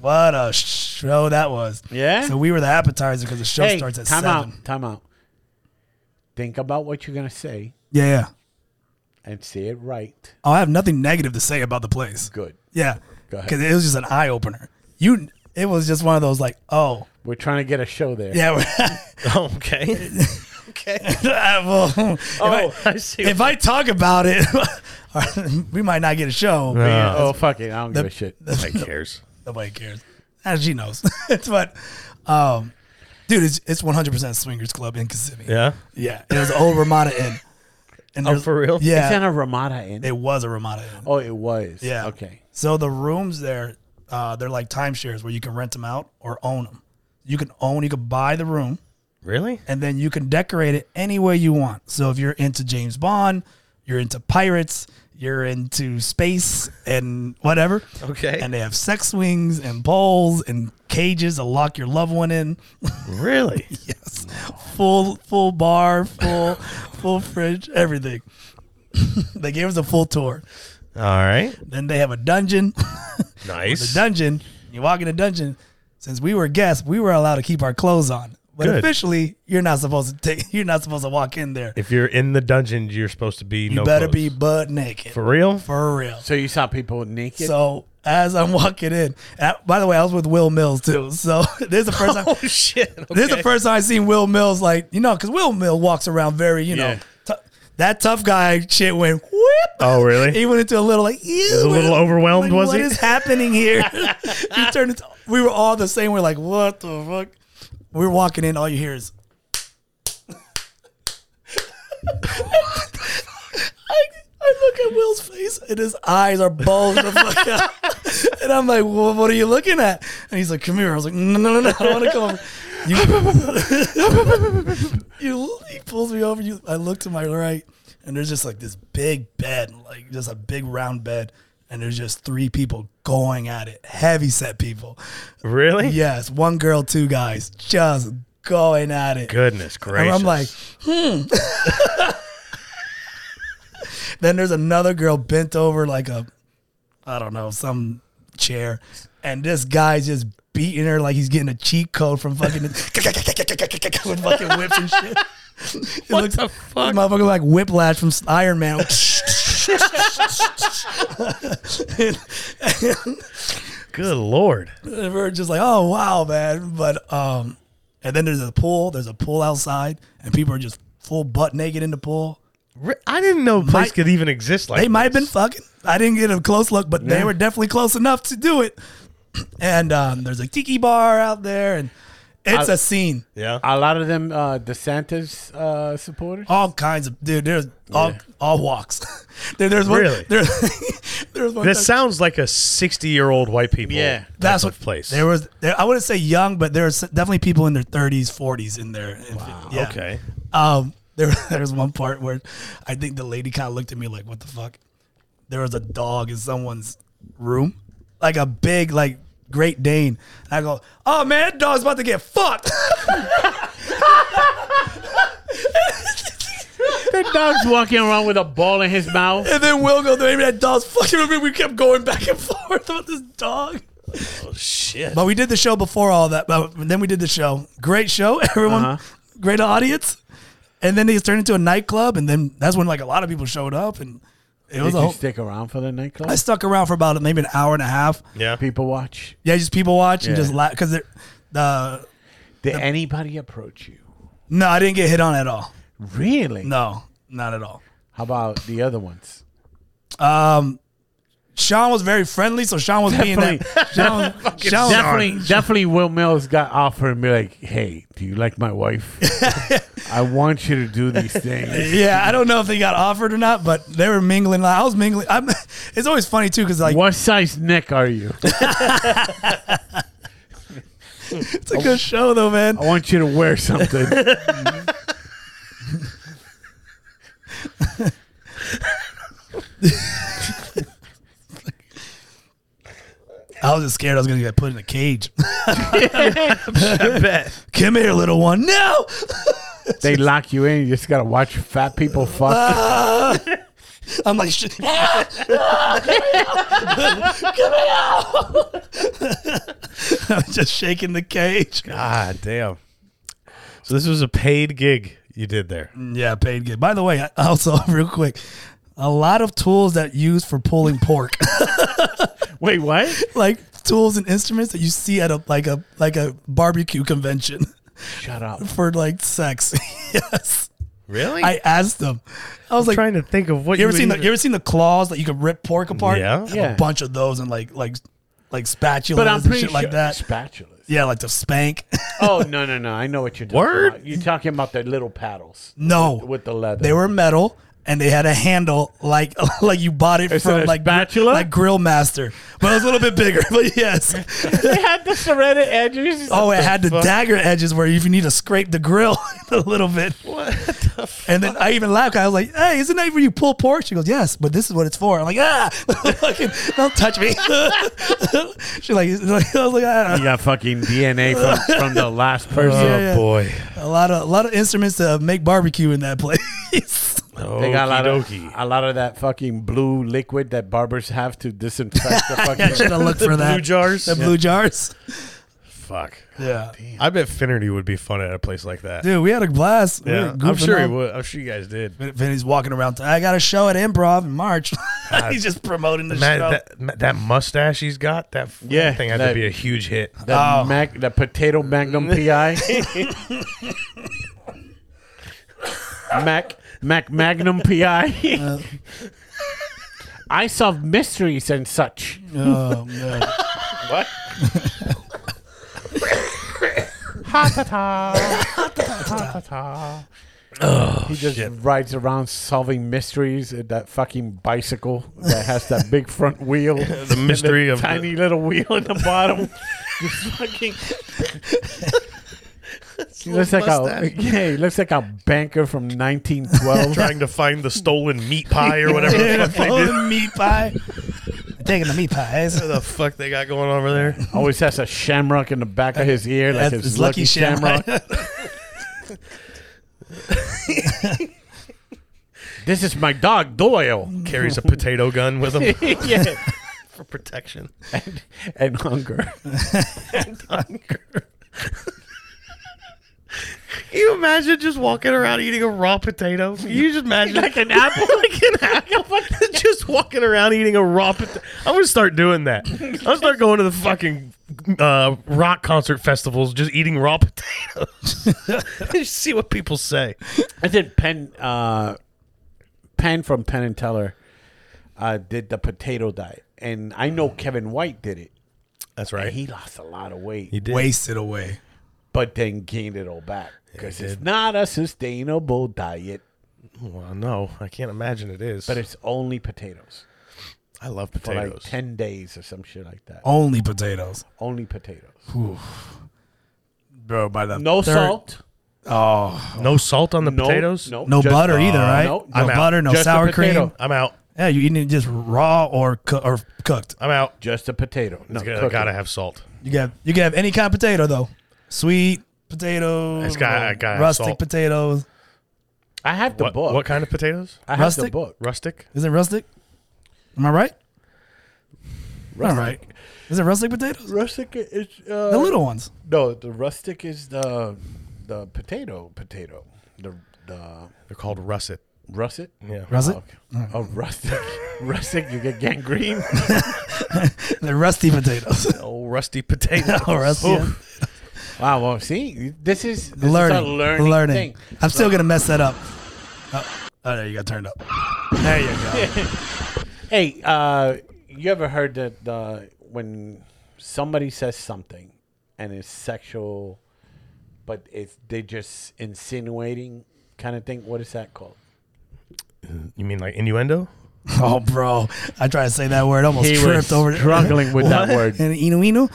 D: What a show that was.
A: Mm-hmm. Yeah?
D: So we were the appetizer because the show
A: hey
D: starts at
A: time
D: seven.
A: out time out think about what you're gonna say
D: Yeah, yeah.
A: and say it right
D: Oh, I have nothing negative to say about the place.
A: good
D: Yeah,
A: Go ahead.
D: because it was just an eye opener. You. It was just one of those like, oh,
A: we're trying to get a show there
D: yeah. [laughs] we're-
B: Oh, [laughs] okay.
D: Uh, well, if,
A: Oh,
D: I,
B: I see.
D: if I talk about it, [laughs] we might not get a show.
A: oh fuck it i don't give a shit
B: Uh, Nobody cares.
D: Nobody cares. As she knows. [laughs] it's what, um, dude, it's, it's 100% Swingers Club in Kissimmee.
B: Yeah.
D: Yeah. It was old Ramada Inn. And
B: Oh,
D: there's-
B: for real?
A: It's in
D: Yeah.
A: a Ramada Inn.
D: It was a Ramada Inn.
A: oh, it was.
D: Yeah.
A: Okay.
D: So the rooms there, uh, they're like timeshares where you can rent them out or own them. You can own, you can buy the room.
B: Really?
D: and then you can decorate it any way you want. So if you're into James Bond, you're into pirates, you're into space and whatever.
B: Okay.
D: And they have sex swings and bowls and cages to lock your loved one in. [laughs]
B: Really?
D: Yes. Full full bar,
B: [laughs]
D: full full fridge, everything. [laughs] they gave us a full tour.
B: All right.
D: Then they have a dungeon. [laughs] the
B: Nice.
D: dungeon. You walk in the dungeon. Since we were guests, we were allowed to keep our clothes on. But
B: Good.
D: officially, you're not supposed to take. [laughs] You're not supposed to walk in there.
B: If you're in the dungeon, you're supposed to be.
D: You
B: no
D: better be
B: clothes.
D: butt naked
B: for real.
D: for real.
A: So you saw people naked?
D: So as I'm [laughs] walking in, and I- by the way, I was with Will Mills too. So [laughs] this is the
B: [laughs]
D: first time.
B: shit.
D: This is the first time I seen Will Mills like you know because Will Mills walks around very you know
A: Yeah.
D: tou- that tough guy shit went whoop.
B: Oh, really?
D: [laughs] He went into a little like ew.
B: a little overwhelmed, was he?
D: What is happening
B: [laughs]
D: here? he turned. Into, we were all the same. We're like, what the fuck? We're walking in. All you hear is. [laughs] I, I look at Will's face and his eyes are bulged the fuck out. [laughs] And I'm like, well, what are you looking at? And he's like, come here. I was like, no, no, no, no. I don't want to come over. You, he pulls me over. You, I look to my right, and there's just like this big bed, like just a big round bed. And there's just three people going at it, heavy set people.
B: Really?
D: Yes, one girl, two guys, just going at it.
B: Goodness
D: And
B: gracious.
D: I'm like, hmm. [laughs] then there's another girl bent over like a, I don't know, some chair, and this guy's just beating her like he's getting a cheat code from [laughs] fucking with fucking whips and shit. [laughs] It what looks, the fuck? Motherfucker like whiplash from Iron Man. [laughs]
B: good lord.
D: And we're just like, oh wow, man. But um, and then there's a pool. There's a pool outside, and people are just full butt naked in the pool.
B: Re- I didn't know place
D: Might-
B: could even exist like
D: They might have
B: this.
D: been fucking. I didn't get a close look, but they were definitely close enough to do it. [clears throat] And um, there's a tiki bar out there, and it's a scene.
A: [laughs]
B: Yeah.
A: A lot of them uh, DeSantis uh, supporters.
D: All kinds of dude. There's all all walks. [laughs] there, there's one.
B: Really?
D: There, [laughs] there's one.
B: This
D: time-
B: sounds like a 60 year old white people.
A: Yeah.
D: that's what
B: of place.
D: There was. There, I wouldn't say young, but there was definitely people in their 30s, 40s in there. Wow.
B: Okay.
D: Um, there, [laughs] there was one part where I think the lady kind of looked at me like, "What the fuck?" There was a dog in someone's room, like a big, like Great Dane. And I go, "Oh man, that dog's about to get fucked." [laughs]
A: The dog's walking around with a ball in his mouth.
D: and then Will goes, "Maybe that dog's fucking." with me." We kept going back and [laughs] forth about this dog.
A: Oh,
B: Shit.
D: But we did the show before all that. But then we did the show. Great show, [laughs] everyone.
A: Uh-huh.
D: Great audience. And then it turned into a nightclub, and then that's when like a lot of people showed up, and it was
A: Did
D: a
A: you
D: whole.
A: stick around for the nightclub?
D: I stuck around for about maybe an hour and a half.
B: Yeah.
A: People watch.
D: Yeah, just people watch and
A: Yeah.
D: just laugh because uh,
A: Did anybody approach you?
D: no, I didn't get hit on at all.
A: Really?
D: No, not at all.
A: How about the other ones?
D: Sean was very friendly, so Sean was being that. [laughs] Sean, Sean
A: Definitely, definitely. Will Mills got offered and be like, "Hey, do you like my
D: [laughs]
A: wife? I want you to do these things."
D: yeah, I don't know if they got offered or not, but they were mingling. I was mingling. I'm, [laughs] it's always funny too because like
A: What size neck are you?
D: it's a good show though, man.
A: I want you to wear something.
D: [laughs] I was just scared I was gonna get put in a [laughs] cage. Come here, little one. No,
A: they lock you in. You just gotta watch fat people
D: Uh,
A: fuck.
D: I'm like, [laughs] shit. I'm [laughs] just shaking the cage.
B: God Ah, damn. So this was a paid gig you did there.
D: Yeah, paid good. By the way, I- also [laughs] real quick, a lot of tools that use for pulling [laughs] pork,
A: Wait, what?
D: like tools and instruments that you see at a like a like a barbecue convention [laughs]
A: Shut up.
D: for like sex. [laughs] yes,
B: Really?
D: I asked them. I was like,
B: trying to think of what
D: you ever
B: would
D: seen the
B: even-
D: you ever seen the claws that you could rip pork apart?
B: Yeah.
D: I have
A: Yeah.
D: a bunch of those and like like like spatulas
A: But I'm
D: and
A: pretty
D: shit
A: sure
D: like that.
A: Spatulas.
D: Yeah, like the spank. [laughs]
A: Oh no no no! I know what you're talking
B: Word?
A: about. You're talking about the little paddles [laughs]
D: no,
A: with the leather.
D: They were metal and they had a handle like [laughs] like you bought it
A: Instead
D: from
A: of
D: like gr-
A: spatula?
D: like Grill Master, but it was a little bit bigger. [laughs] But yes,
A: They had the serrated edges. [laughs]
D: oh, it had the dagger edges where if you need to scrape the grill [laughs] a little bit.
B: What the f-
D: And then I even laughed. I was like, "Hey, isn't that where you pull pork?" She goes, "Yes, but this is what it's for." I'm like, "Ah, [laughs] fucking, don't touch me." [laughs] She's like, [laughs] it's like- "I was like, "Ah." I
A: You
D: don't know.
A: got fucking DNA from, from the last person.
D: Yeah, yeah.
B: Oh, boy.
D: a lot of a lot of instruments to make barbecue in that place."
A: They got a lot of
B: Okey-dokey.
A: a lot of that fucking blue liquid that barbers have to disinfect [laughs] the
D: I should
A: fucking.
D: have looked for that.
B: blue
D: [laughs]
B: jars.
D: The blue jars.
B: Fuck.
D: Yeah,
B: I bet Finnerty would be fun at a place like that.
D: dude, we had a blast. We
B: yeah.
D: were
B: I'm
D: goofing
B: sure he
D: off.
B: would. I'm sure you guys did.
D: Vin- Vinny's walking around. I got a show at Improv in March. [laughs] He's just promoting the
B: Man,
D: show.
B: that, ma- that mustache he's got, that f-
A: Yeah,
B: thing had
A: that-
B: to be a huge hit.
A: That, mac, that potato magnum
B: [laughs]
A: PI. Mac Mac Magnum
B: [laughs] Uh.
A: PI. I solve mysteries and such.
D: oh, man.
A: Ha ta ta. Ha ta ta.
B: Oh,
A: He just rides around solving mysteries at that fucking bicycle that has that big front wheel.
B: [laughs] The mystery of
A: tiny little wheel at the bottom. Just fucking. He looks like a [laughs]
B: mustache.
A: yeah, he looks like a banker from [laughs] 1912.
B: trying to find the stolen meat pie or whatever the fuck they did.
D: the meat pie. I'm taking the meat pies.
B: What the fuck they got going over there?
A: Always has a shamrock in the back of his ear, like
D: That's
A: his,
D: his
A: lucky,
D: lucky
A: shamrock. [laughs] This is my dog Doyle
B: Carries a potato gun with him
A: [laughs] yeah.
B: for [laughs] protection.
A: and hunger.
B: Can you imagine just walking around eating a raw potato? Can you just imagine like an apple, [laughs] like an apple, just walking around eating a raw potato. I'm gonna start doing that. I'm gonna start going to the fucking uh, rock concert festivals, just eating raw potatoes. [laughs] just see what people say.
A: I did Penn uh, Penn from Penn and Teller uh, did the potato diet, and I know Kevin White did it.
B: That's right.
A: He lost a lot of weight,
B: did.
D: Wasted away.
A: but then gained it all back because it's not a sustainable diet.
B: Well, no, I can't imagine it is.
A: But it's only potatoes
B: I love
A: for like
B: potatoes.
A: ten days or some shit like that.
D: Only potatoes,
A: Only potatoes,
D: bro. By the
A: no
D: third-
A: salt,
D: Oh,
B: no salt on the
A: no
B: potatoes.
A: no,
D: no
A: just-
D: butter either,
A: uh,
D: right?
A: No,
D: No,
A: just-
D: butter, no
A: just a
D: sour
A: potato.
D: cream.
B: I'm out.
D: Yeah, you eating it just raw or coo- or cooked.
B: I'm out.
A: Just a potato. No,
B: I
A: cook
B: gotta
A: it.
B: have salt.
D: You got you can have any kind of potato though. Sweet potato,
B: It's gotta- I gotta have
D: rustic
B: salt.
D: potatoes.
A: I have the
B: What,
A: book.
B: what kind of potatoes?
A: I have the
D: Rustic?
A: book.
B: Rustic.
D: Is it rustic? Am I right? All right. Is it rustic potatoes?
A: Rustic is uh,
D: The little ones.
A: No, the rustic is the the potato potato. The the
B: They're called russet.
A: russet.
B: Yeah.
D: Rustic.
A: Oh, rustic. [laughs] rustic, you get
D: [laughs]
A: gangrene.
D: They're rusty potatoes.
B: Oh, rusty potato.
A: [laughs]
D: [laughs] Oh, rusty.
B: Oof.
A: wow. Well, see, this is this
D: learning,
A: is a learning,
D: learning.
A: thing.
D: I'm still gonna mess that up. Oh, oh, there you got turned up. [laughs] There you go.
A: Hey, uh, you ever heard that uh, when somebody says something and it's sexual, but it's they just insinuating kind of thing? What is that called?
B: You mean like innuendo?
D: Oh, bro, I tried to say that word, almost
A: He was
D: tripped over
A: struggling with that
B: [laughs]
D: What?
A: word.
D: And innuendo,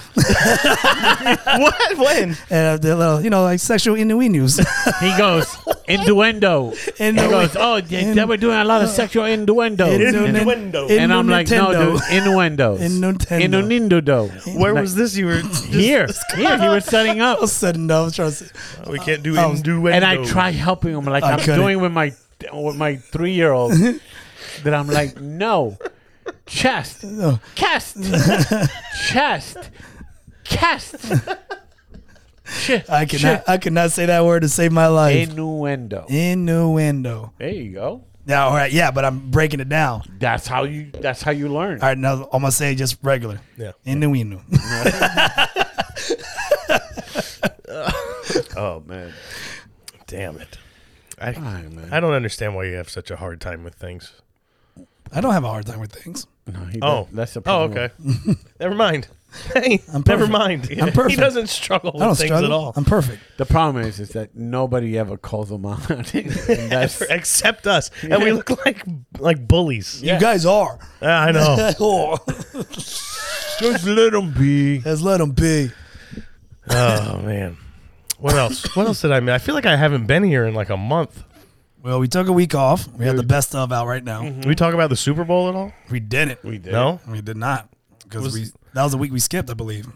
B: what? When?
D: and uh, the little, you know, like sexual
A: [laughs]
D: [laughs] innuendos.
A: He goes innuendo.
D: And
A: He goes, oh, they, they were doing a lot of sexual
D: Oh,
A: innuendo.
B: Innuendo.
A: And I'm like, no, dude, innuendos.
D: Innotendo.
A: Innuendo.
B: Where was this? You were [laughs]
A: Here, here, he was setting up.
D: [laughs] I said no. I was trying to say,
B: Oh, We can't do
D: I was-
B: innuendo.
A: And I try helping him like
D: I
A: I'm
D: couldn't.
A: doing with my with my three year old. that I'm like, no. Chest. Chest. Chest. Chest. Shit.
D: I cannot, I could not say that word to save my life.
A: Innuendo.
D: innuendo.
A: There you go.
D: Now, all right, yeah, but I'm breaking it down.
A: That's how you that's how you learn.
D: All right, now I'm gonna say just regular.
B: Yeah.
D: Innuendo.
A: Oh man.
B: Damn it. I,
A: All right, man.
B: I don't understand why you have such a hard time with things.
D: [laughs] I don't have a hard time with things.
A: No, he
B: Oh,
A: don't. that's the
B: Oh,
A: problem.
B: okay. Never mind. [laughs] Hey, never
D: perfect.
B: mind.
D: I'm
B: He
D: perfect.
B: doesn't struggle
D: I don't
B: with things
D: struggle
B: at all,
D: I'm perfect.
A: The problem is, is that nobody ever calls them out. [laughs] And that's, [laughs]
B: except us, and we look like like bullies.
A: Yeah.
D: You guys are.
B: Yeah,
D: [laughs]
B: I know.
D: Oh,
A: [laughs] just let them be.
D: let's let them be.
B: oh man. What else? What else did I mean? I feel like I haven't been here in like a month.
D: Well, we took a week off. We had the best of out right now.
B: Did we talk about the Super Bowl at all?
D: We didn't.
A: Mm-hmm. We did.
B: No.
D: We did not because
B: Was-
D: we that was the week we skipped, I believe.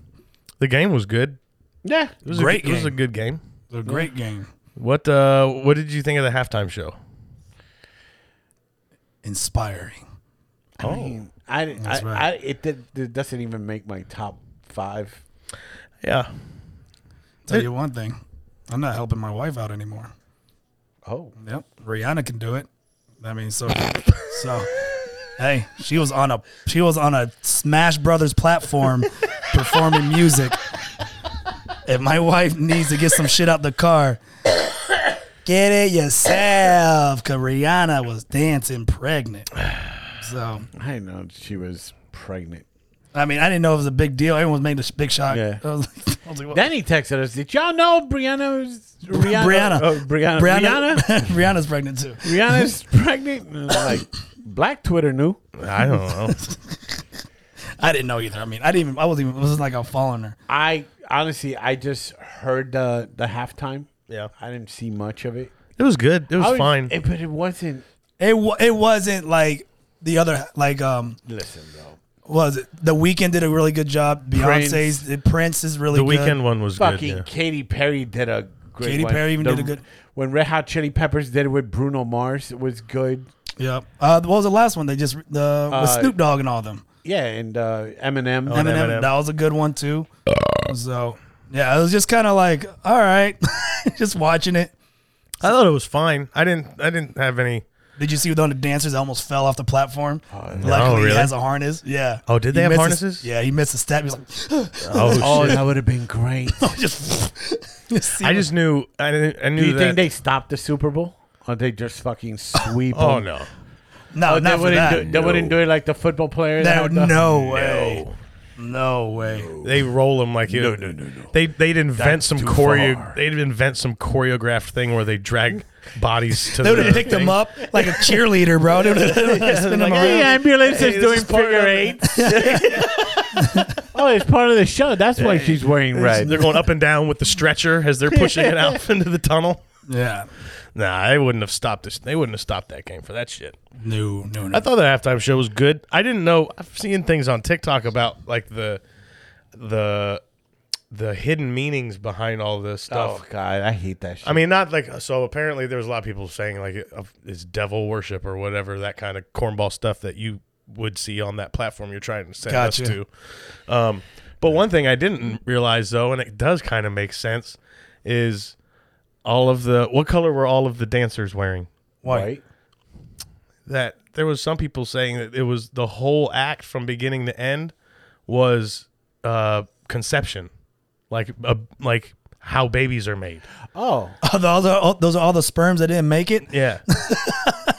B: The game was good.
A: Yeah.
B: It was
D: Great
B: a, It was
D: game.
B: a good game.
D: It was a great game,
B: What uh what did you think of the halftime show?
D: inspiring.
A: I mean, I, I,
D: right.
A: I, it, did, it doesn't even make my top five.
B: Yeah.
D: Tell you one thing, I'm not helping my wife out anymore.
A: Oh,
D: Yep, Rihanna can do it. I
A: [laughs]
D: mean, so so. Hey, she was on a she was on a Smash
A: [laughs]
D: Brothers platform performing music. If my wife needs to get some shit out the car, get it yourself. Cause Rihanna was dancing pregnant. So
A: I didn't know she was pregnant.
D: I mean, I didn't know it was a big deal. Everyone was making this big shot.
A: Yeah.
D: I was like, [laughs] I was like, what?
A: Then he texted us. Did y'all know Brianna's Rihanna?
D: Brianna.
A: Oh, Brianna.
D: [laughs] Brianna,
A: Brianna.
D: Brianna's pregnant too.
A: Brianna's pregnant. And I'm Like Black Twitter knew.
B: I don't know.
D: I didn't know either. I mean, I didn't even. I wasn't even. It wasn't like I'm following her.
A: I honestly, I just heard the the halftime.
B: yeah.
A: I didn't see much of it.
B: It was good. It was
A: I was-
B: fine.
A: it- but it wasn't.
D: It wa- it wasn't like the other like um
A: Listen though.
D: was it the weekend did a really good job.
A: Prince.
D: Beyonce's Prince, is really
B: the
D: good.
B: weekend one was good.
A: fucking
B: yeah.
A: Katy Perry did a great
D: Katy
A: one.
D: Perry even
A: The-
D: did a good-
A: When Red Hot Chili Peppers did it with Bruno Mars, it was good.
D: Yep. Uh, what was the last one? They just the
B: Uh,
D: with Snoop Dogg and all them.
A: Yeah, and uh, Eminem.
D: Oh, Eminem,
B: oh, Eminem.
D: That was a good one too. so yeah, it was just kind of like all right, [laughs] just watching it.
B: I thought it was fine. I didn't. I didn't have any.
D: Did you see one of the dancers that almost fell off the platform?
B: Oh,
D: Luckily,
B: really?
D: he has a harness. Yeah.
B: Oh, did they
D: He
B: have
D: missed a-
B: harnesses?
D: yeah, he missed a step. He was like, [laughs]
B: [laughs]
A: Oh, that would have been great.
D: just.
B: I just knew. I didn't. I knew
A: Do you
B: that.
A: think they stopped the Super Bowl? Or they just fucking sweep
B: oh
A: 'em?
B: no.
D: no,
A: But they
D: not for
A: wouldn't
D: that.
A: do, they wouldn't do it like the football players.
D: No,
A: have the-
D: no way. No way.
B: They roll them like no, no, no, no. They they'd invent some choreo. They'd invent some choreographed thing where they drag bodies to.
D: They would
B: the
D: have picked
B: thing.
D: him up like a cheerleader, bro. They would've- [laughs] they would've spin him
A: Hey,
D: around.
A: ambulance
B: Hey,
A: is
B: this
A: doing
B: is part of
A: figure
B: the-
A: eights.
B: [laughs]
A: oh, it's part of the show. That's why she's wearing red.
B: They're going up and down with the stretcher as they're pushing
A: [laughs]
B: it out into the tunnel.
D: Yeah.
B: Nah, they wouldn't have stopped this. They wouldn't have stopped that game for that shit.
D: No, no, no.
B: I thought the halftime show was good. I didn't know. I've seen things on TikTok about like the the the hidden meanings behind all this stuff.
A: Oh God, I hate that shit.
B: I mean, not like so. Apparently, there was a lot of people saying like uh, it's devil worship or whatever that kind of cornball stuff that you would see on that platform you're trying to send
D: Gotcha.
B: us to. Um, but one thing I didn't realize though, and it does kind of make sense, is all of the what color were all of the dancers wearing?
D: Why?
A: right?
B: that there was some people saying that it was the whole act from beginning to end was uh, conception, like uh, like how babies are made.
A: Oh,
D: Oh, those, are all, those are all the sperms that didn't make it?
B: Yeah, [laughs]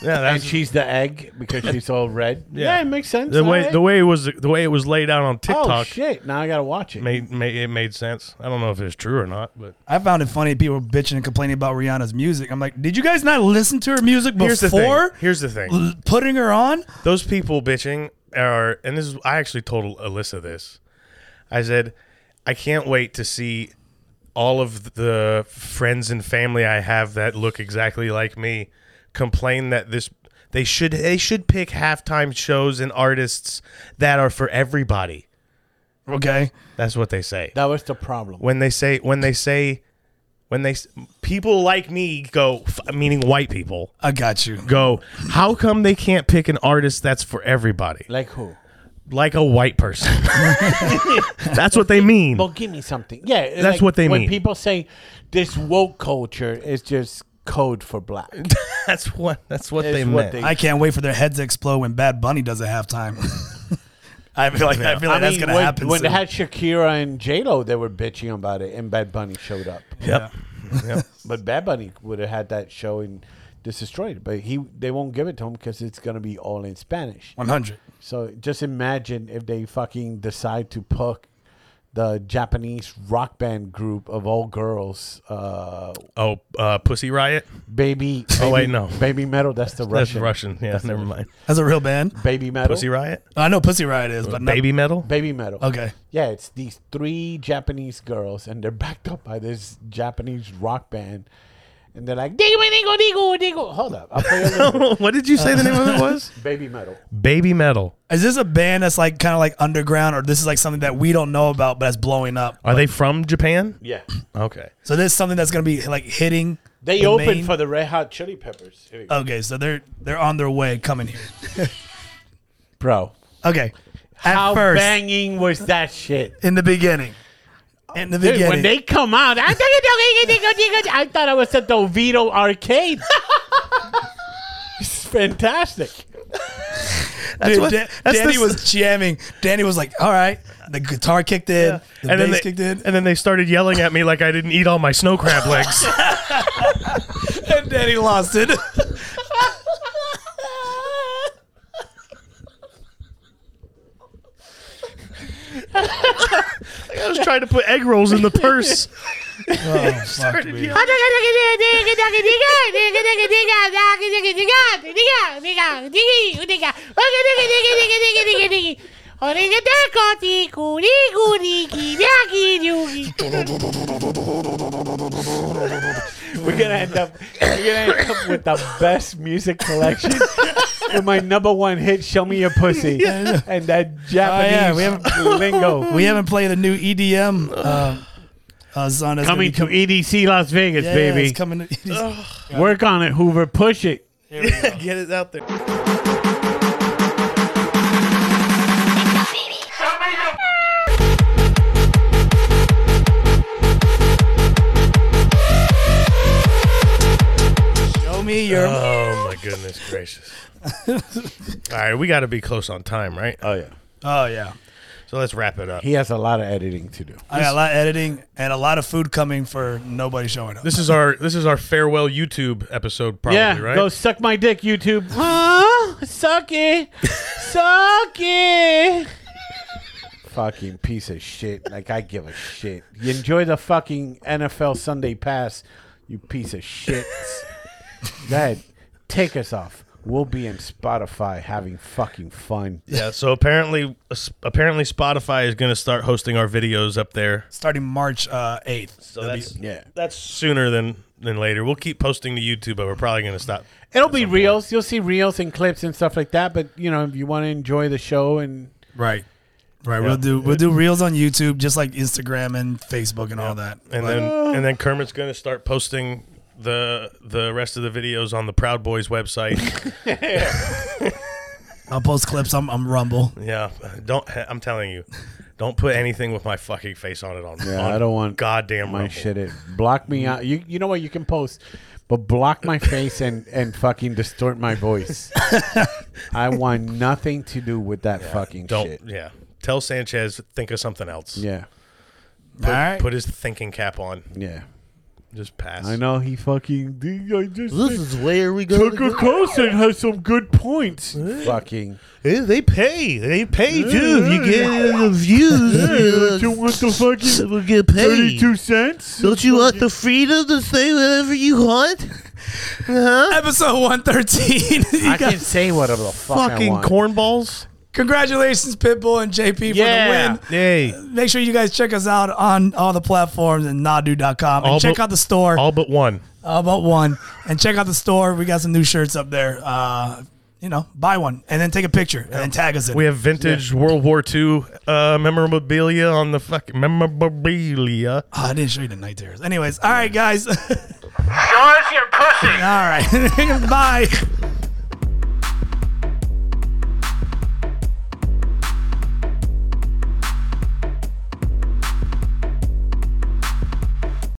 B: yeah.
A: and
B: That's
A: she's the egg because
B: [laughs]
A: she's all red.
B: Yeah.
A: Yeah, it makes sense.
B: the way
A: alright.
B: the way it was the way it was laid out on
A: oh
B: TikTok
A: shit! Now I gotta watch it.
B: made, made it made sense. I don't know if it's true or not, but
D: I found it funny people were bitching and complaining about Rihanna's music. I'm like, did you guys not listen to her music
B: here's the
D: before
B: thing. Here's the thing.
D: l- putting her on?
B: those people bitching are and this is i actually told alyssa this i said i can't wait to see all of the friends and family i have that look exactly like me complain that this they should they should pick halftime shows and artists that are for everybody
D: Okay.
B: that's what they say
A: That was the problem.
B: when they say when they say when they s- people like me go f- meaning white people
D: I got you.
B: go how come they can't pick an artist that's for everybody
A: Like who?
B: like a white person. [laughs] That's what they mean.
A: Well, give me something. Yeah,
B: That's what they
A: when
B: mean.
A: people say this woke culture is just code for black.
B: That's what that's what
A: It's
B: [laughs] they
A: what
B: meant.
A: they-
D: I can't wait for their heads to explode when Bad Bunny does a halftime. [laughs] I feel like I feel like that's gonna
A: when,
D: happen.
A: when they
D: soon.
A: had Shakira and J Lo, they were bitching about it, and Bad Bunny showed up.
B: yep.
A: But Bad Bunny would have had that show and just destroyed it. But he, they won't give it to him because it's gonna be all in Spanish.
D: 100.
A: So just imagine if they fucking decide to put the Japanese rock band group of all girls, uh,
B: Oh, uh, Pussy Riot.
A: baby.
B: Oh,
A: Baby-
B: wait, no.
A: baby metal. That's the
B: That's
A: Russian.
B: Russian. Yeah, [laughs] never mind.
D: That's a real band.
A: Baby metal.
B: Pussy Riot.
D: I know Pussy Riot is, but not,
A: [laughs]
B: Baby metal.
A: Baby metal.
D: Okay.
A: Yeah, it's these three Japanese girls, and they're [laughs] backed up by this Japanese rock band, and they're like, "Digo, digo, digo, digo." Hold up, I'll play a
D: [laughs]
A: little bit.
B: what did you say the name of it was?
A: baby metal.
B: Baby metal.
D: Is this a band that's like kind of like underground, or this is like something that we don't know about, but that's blowing up?
B: Are they from Japan?
A: Yeah,
B: Okay.
D: So this is something that's gonna be like hitting.
A: they
D: the
A: opened
D: main- Uh,
A: for the Red Hot Chili Peppers. Here we go.
D: Okay, so they're they're on their way coming here.
A: Bro,
D: Okay, at
A: how
D: first
A: banging was that shit?
D: in the beginning, in the
A: Dude,
D: beginning,
A: when they come out, I think it's okay, I thought I was at the Vito Arcade. [laughs] it's fantastic.
D: Dude,
B: what-
D: Da-
B: that's
D: Danny
B: the-
D: was jamming. Danny was like, "All right." The guitar kicked in. The
B: and
D: bass
B: then they,
D: kicked in.
B: and then they started yelling at me like I didn't eat all my snow [laughs] crab legs.
D: And Danny lost it.
B: I was trying to put egg rolls in the purse.
D: oh, fuck
B: Started
D: me.
B: yelling.
A: We're gonna end up. We're gonna end up with the best music
G: [laughs]
A: collection. with my number one hit, "Show Me Your Pussy," and that
G: Oh,
A: Japanese
D: yeah, we
A: [laughs] lingo.
D: We haven't played a new EDM uh, uh, song. that's gonna be
G: Coming to EDC E Las Vegas,
D: Yeah,
G: baby.
D: it's coming. To,
G: Work on it, Hoover. Push it.
D: Here we go.
B: Get it out there.
D: Show me your.
B: Oh my goodness gracious! [laughs] All right, we got to be close on time, right?
A: Oh yeah.
D: oh yeah.
B: So let's wrap it up.
A: He has a lot of editing to do.
D: I got a lot of editing and a lot of food coming for nobody showing up.
B: This is our this is our farewell YouTube episode, probably,
A: yeah,
B: right?
A: go suck my dick, YouTube. Ah, suck [laughs] it, suck it. fucking piece of shit. Like I give a shit. You enjoy the fucking NFL Sunday Pass, you piece of [laughs] shit. Dad, take us off. We'll be in Spotify having fucking fun.
B: yeah. So apparently, apparently Spotify is going to start hosting our videos up there.
D: starting March uh, 8th.
B: So that's
A: Yeah,
B: that's sooner than than later. We'll keep posting to YouTube, but we're probably going to stop.
A: it'll be reels. You'll see reels and clips and stuff like that. But you know, if you want to enjoy the show and
D: Right. Right. We'll do we'll do reels on YouTube just like Instagram and Facebook and all that.
B: And
D: But-
B: then and then Kermit's going to start posting the the rest of the videos on the Proud Boys website.
A: [laughs]
D: I'll post clips. I'm, I'm Rumble.
B: yeah, don't. I'm telling you, don't put anything with my fucking face on it. On
A: Yeah,
B: on
A: I don't want
B: goddamn
A: my
B: Rumble.
A: shit. It block me out. You you know what? You can post, but block my face and and fucking distort my
I: [laughs]
A: voice. I want nothing to do with that fucking
B: Don't.
A: shit.
B: Yeah, tell Sanchez think of something else.
A: Yeah,
D: all right.
B: Put his thinking cap on.
A: yeah.
B: Just pass.
A: I know he fucking. I just
I: is where we go.
A: Tucker Carlson has some good points. fucking.
I: Eh, They pay. They pay too. If you get the views,
A: You
I: you
A: want
I: [laughs]
A: the fucking
I: will get paid.
A: thirty-two cents?
I: Don't you want the freedom to say whatever you want? Huh?
D: Episode [laughs] 113. You
A: I
D: got-
A: can say whatever the fuck I
B: fucking
A: want.
B: cornballs.
D: congratulations, Pitbull and JP for the win.
B: Yay.
D: Make sure you guys check us out on all the platforms and nadu.com. And
B: All
D: check
B: but-
D: out the store.
B: All but one.
D: How about one? And check out the store. We got some new shirts up there. Uh, you know, buy one and then take a picture and then tag us in.
B: We
D: it.
B: have vintage World War II uh, memorabilia on the fucking memorabilia.
D: Oh, I didn't show you the night [laughs] terrors. Anyways, all right, guys. all
G: Show us your pussy.
D: right. [laughs] Bye.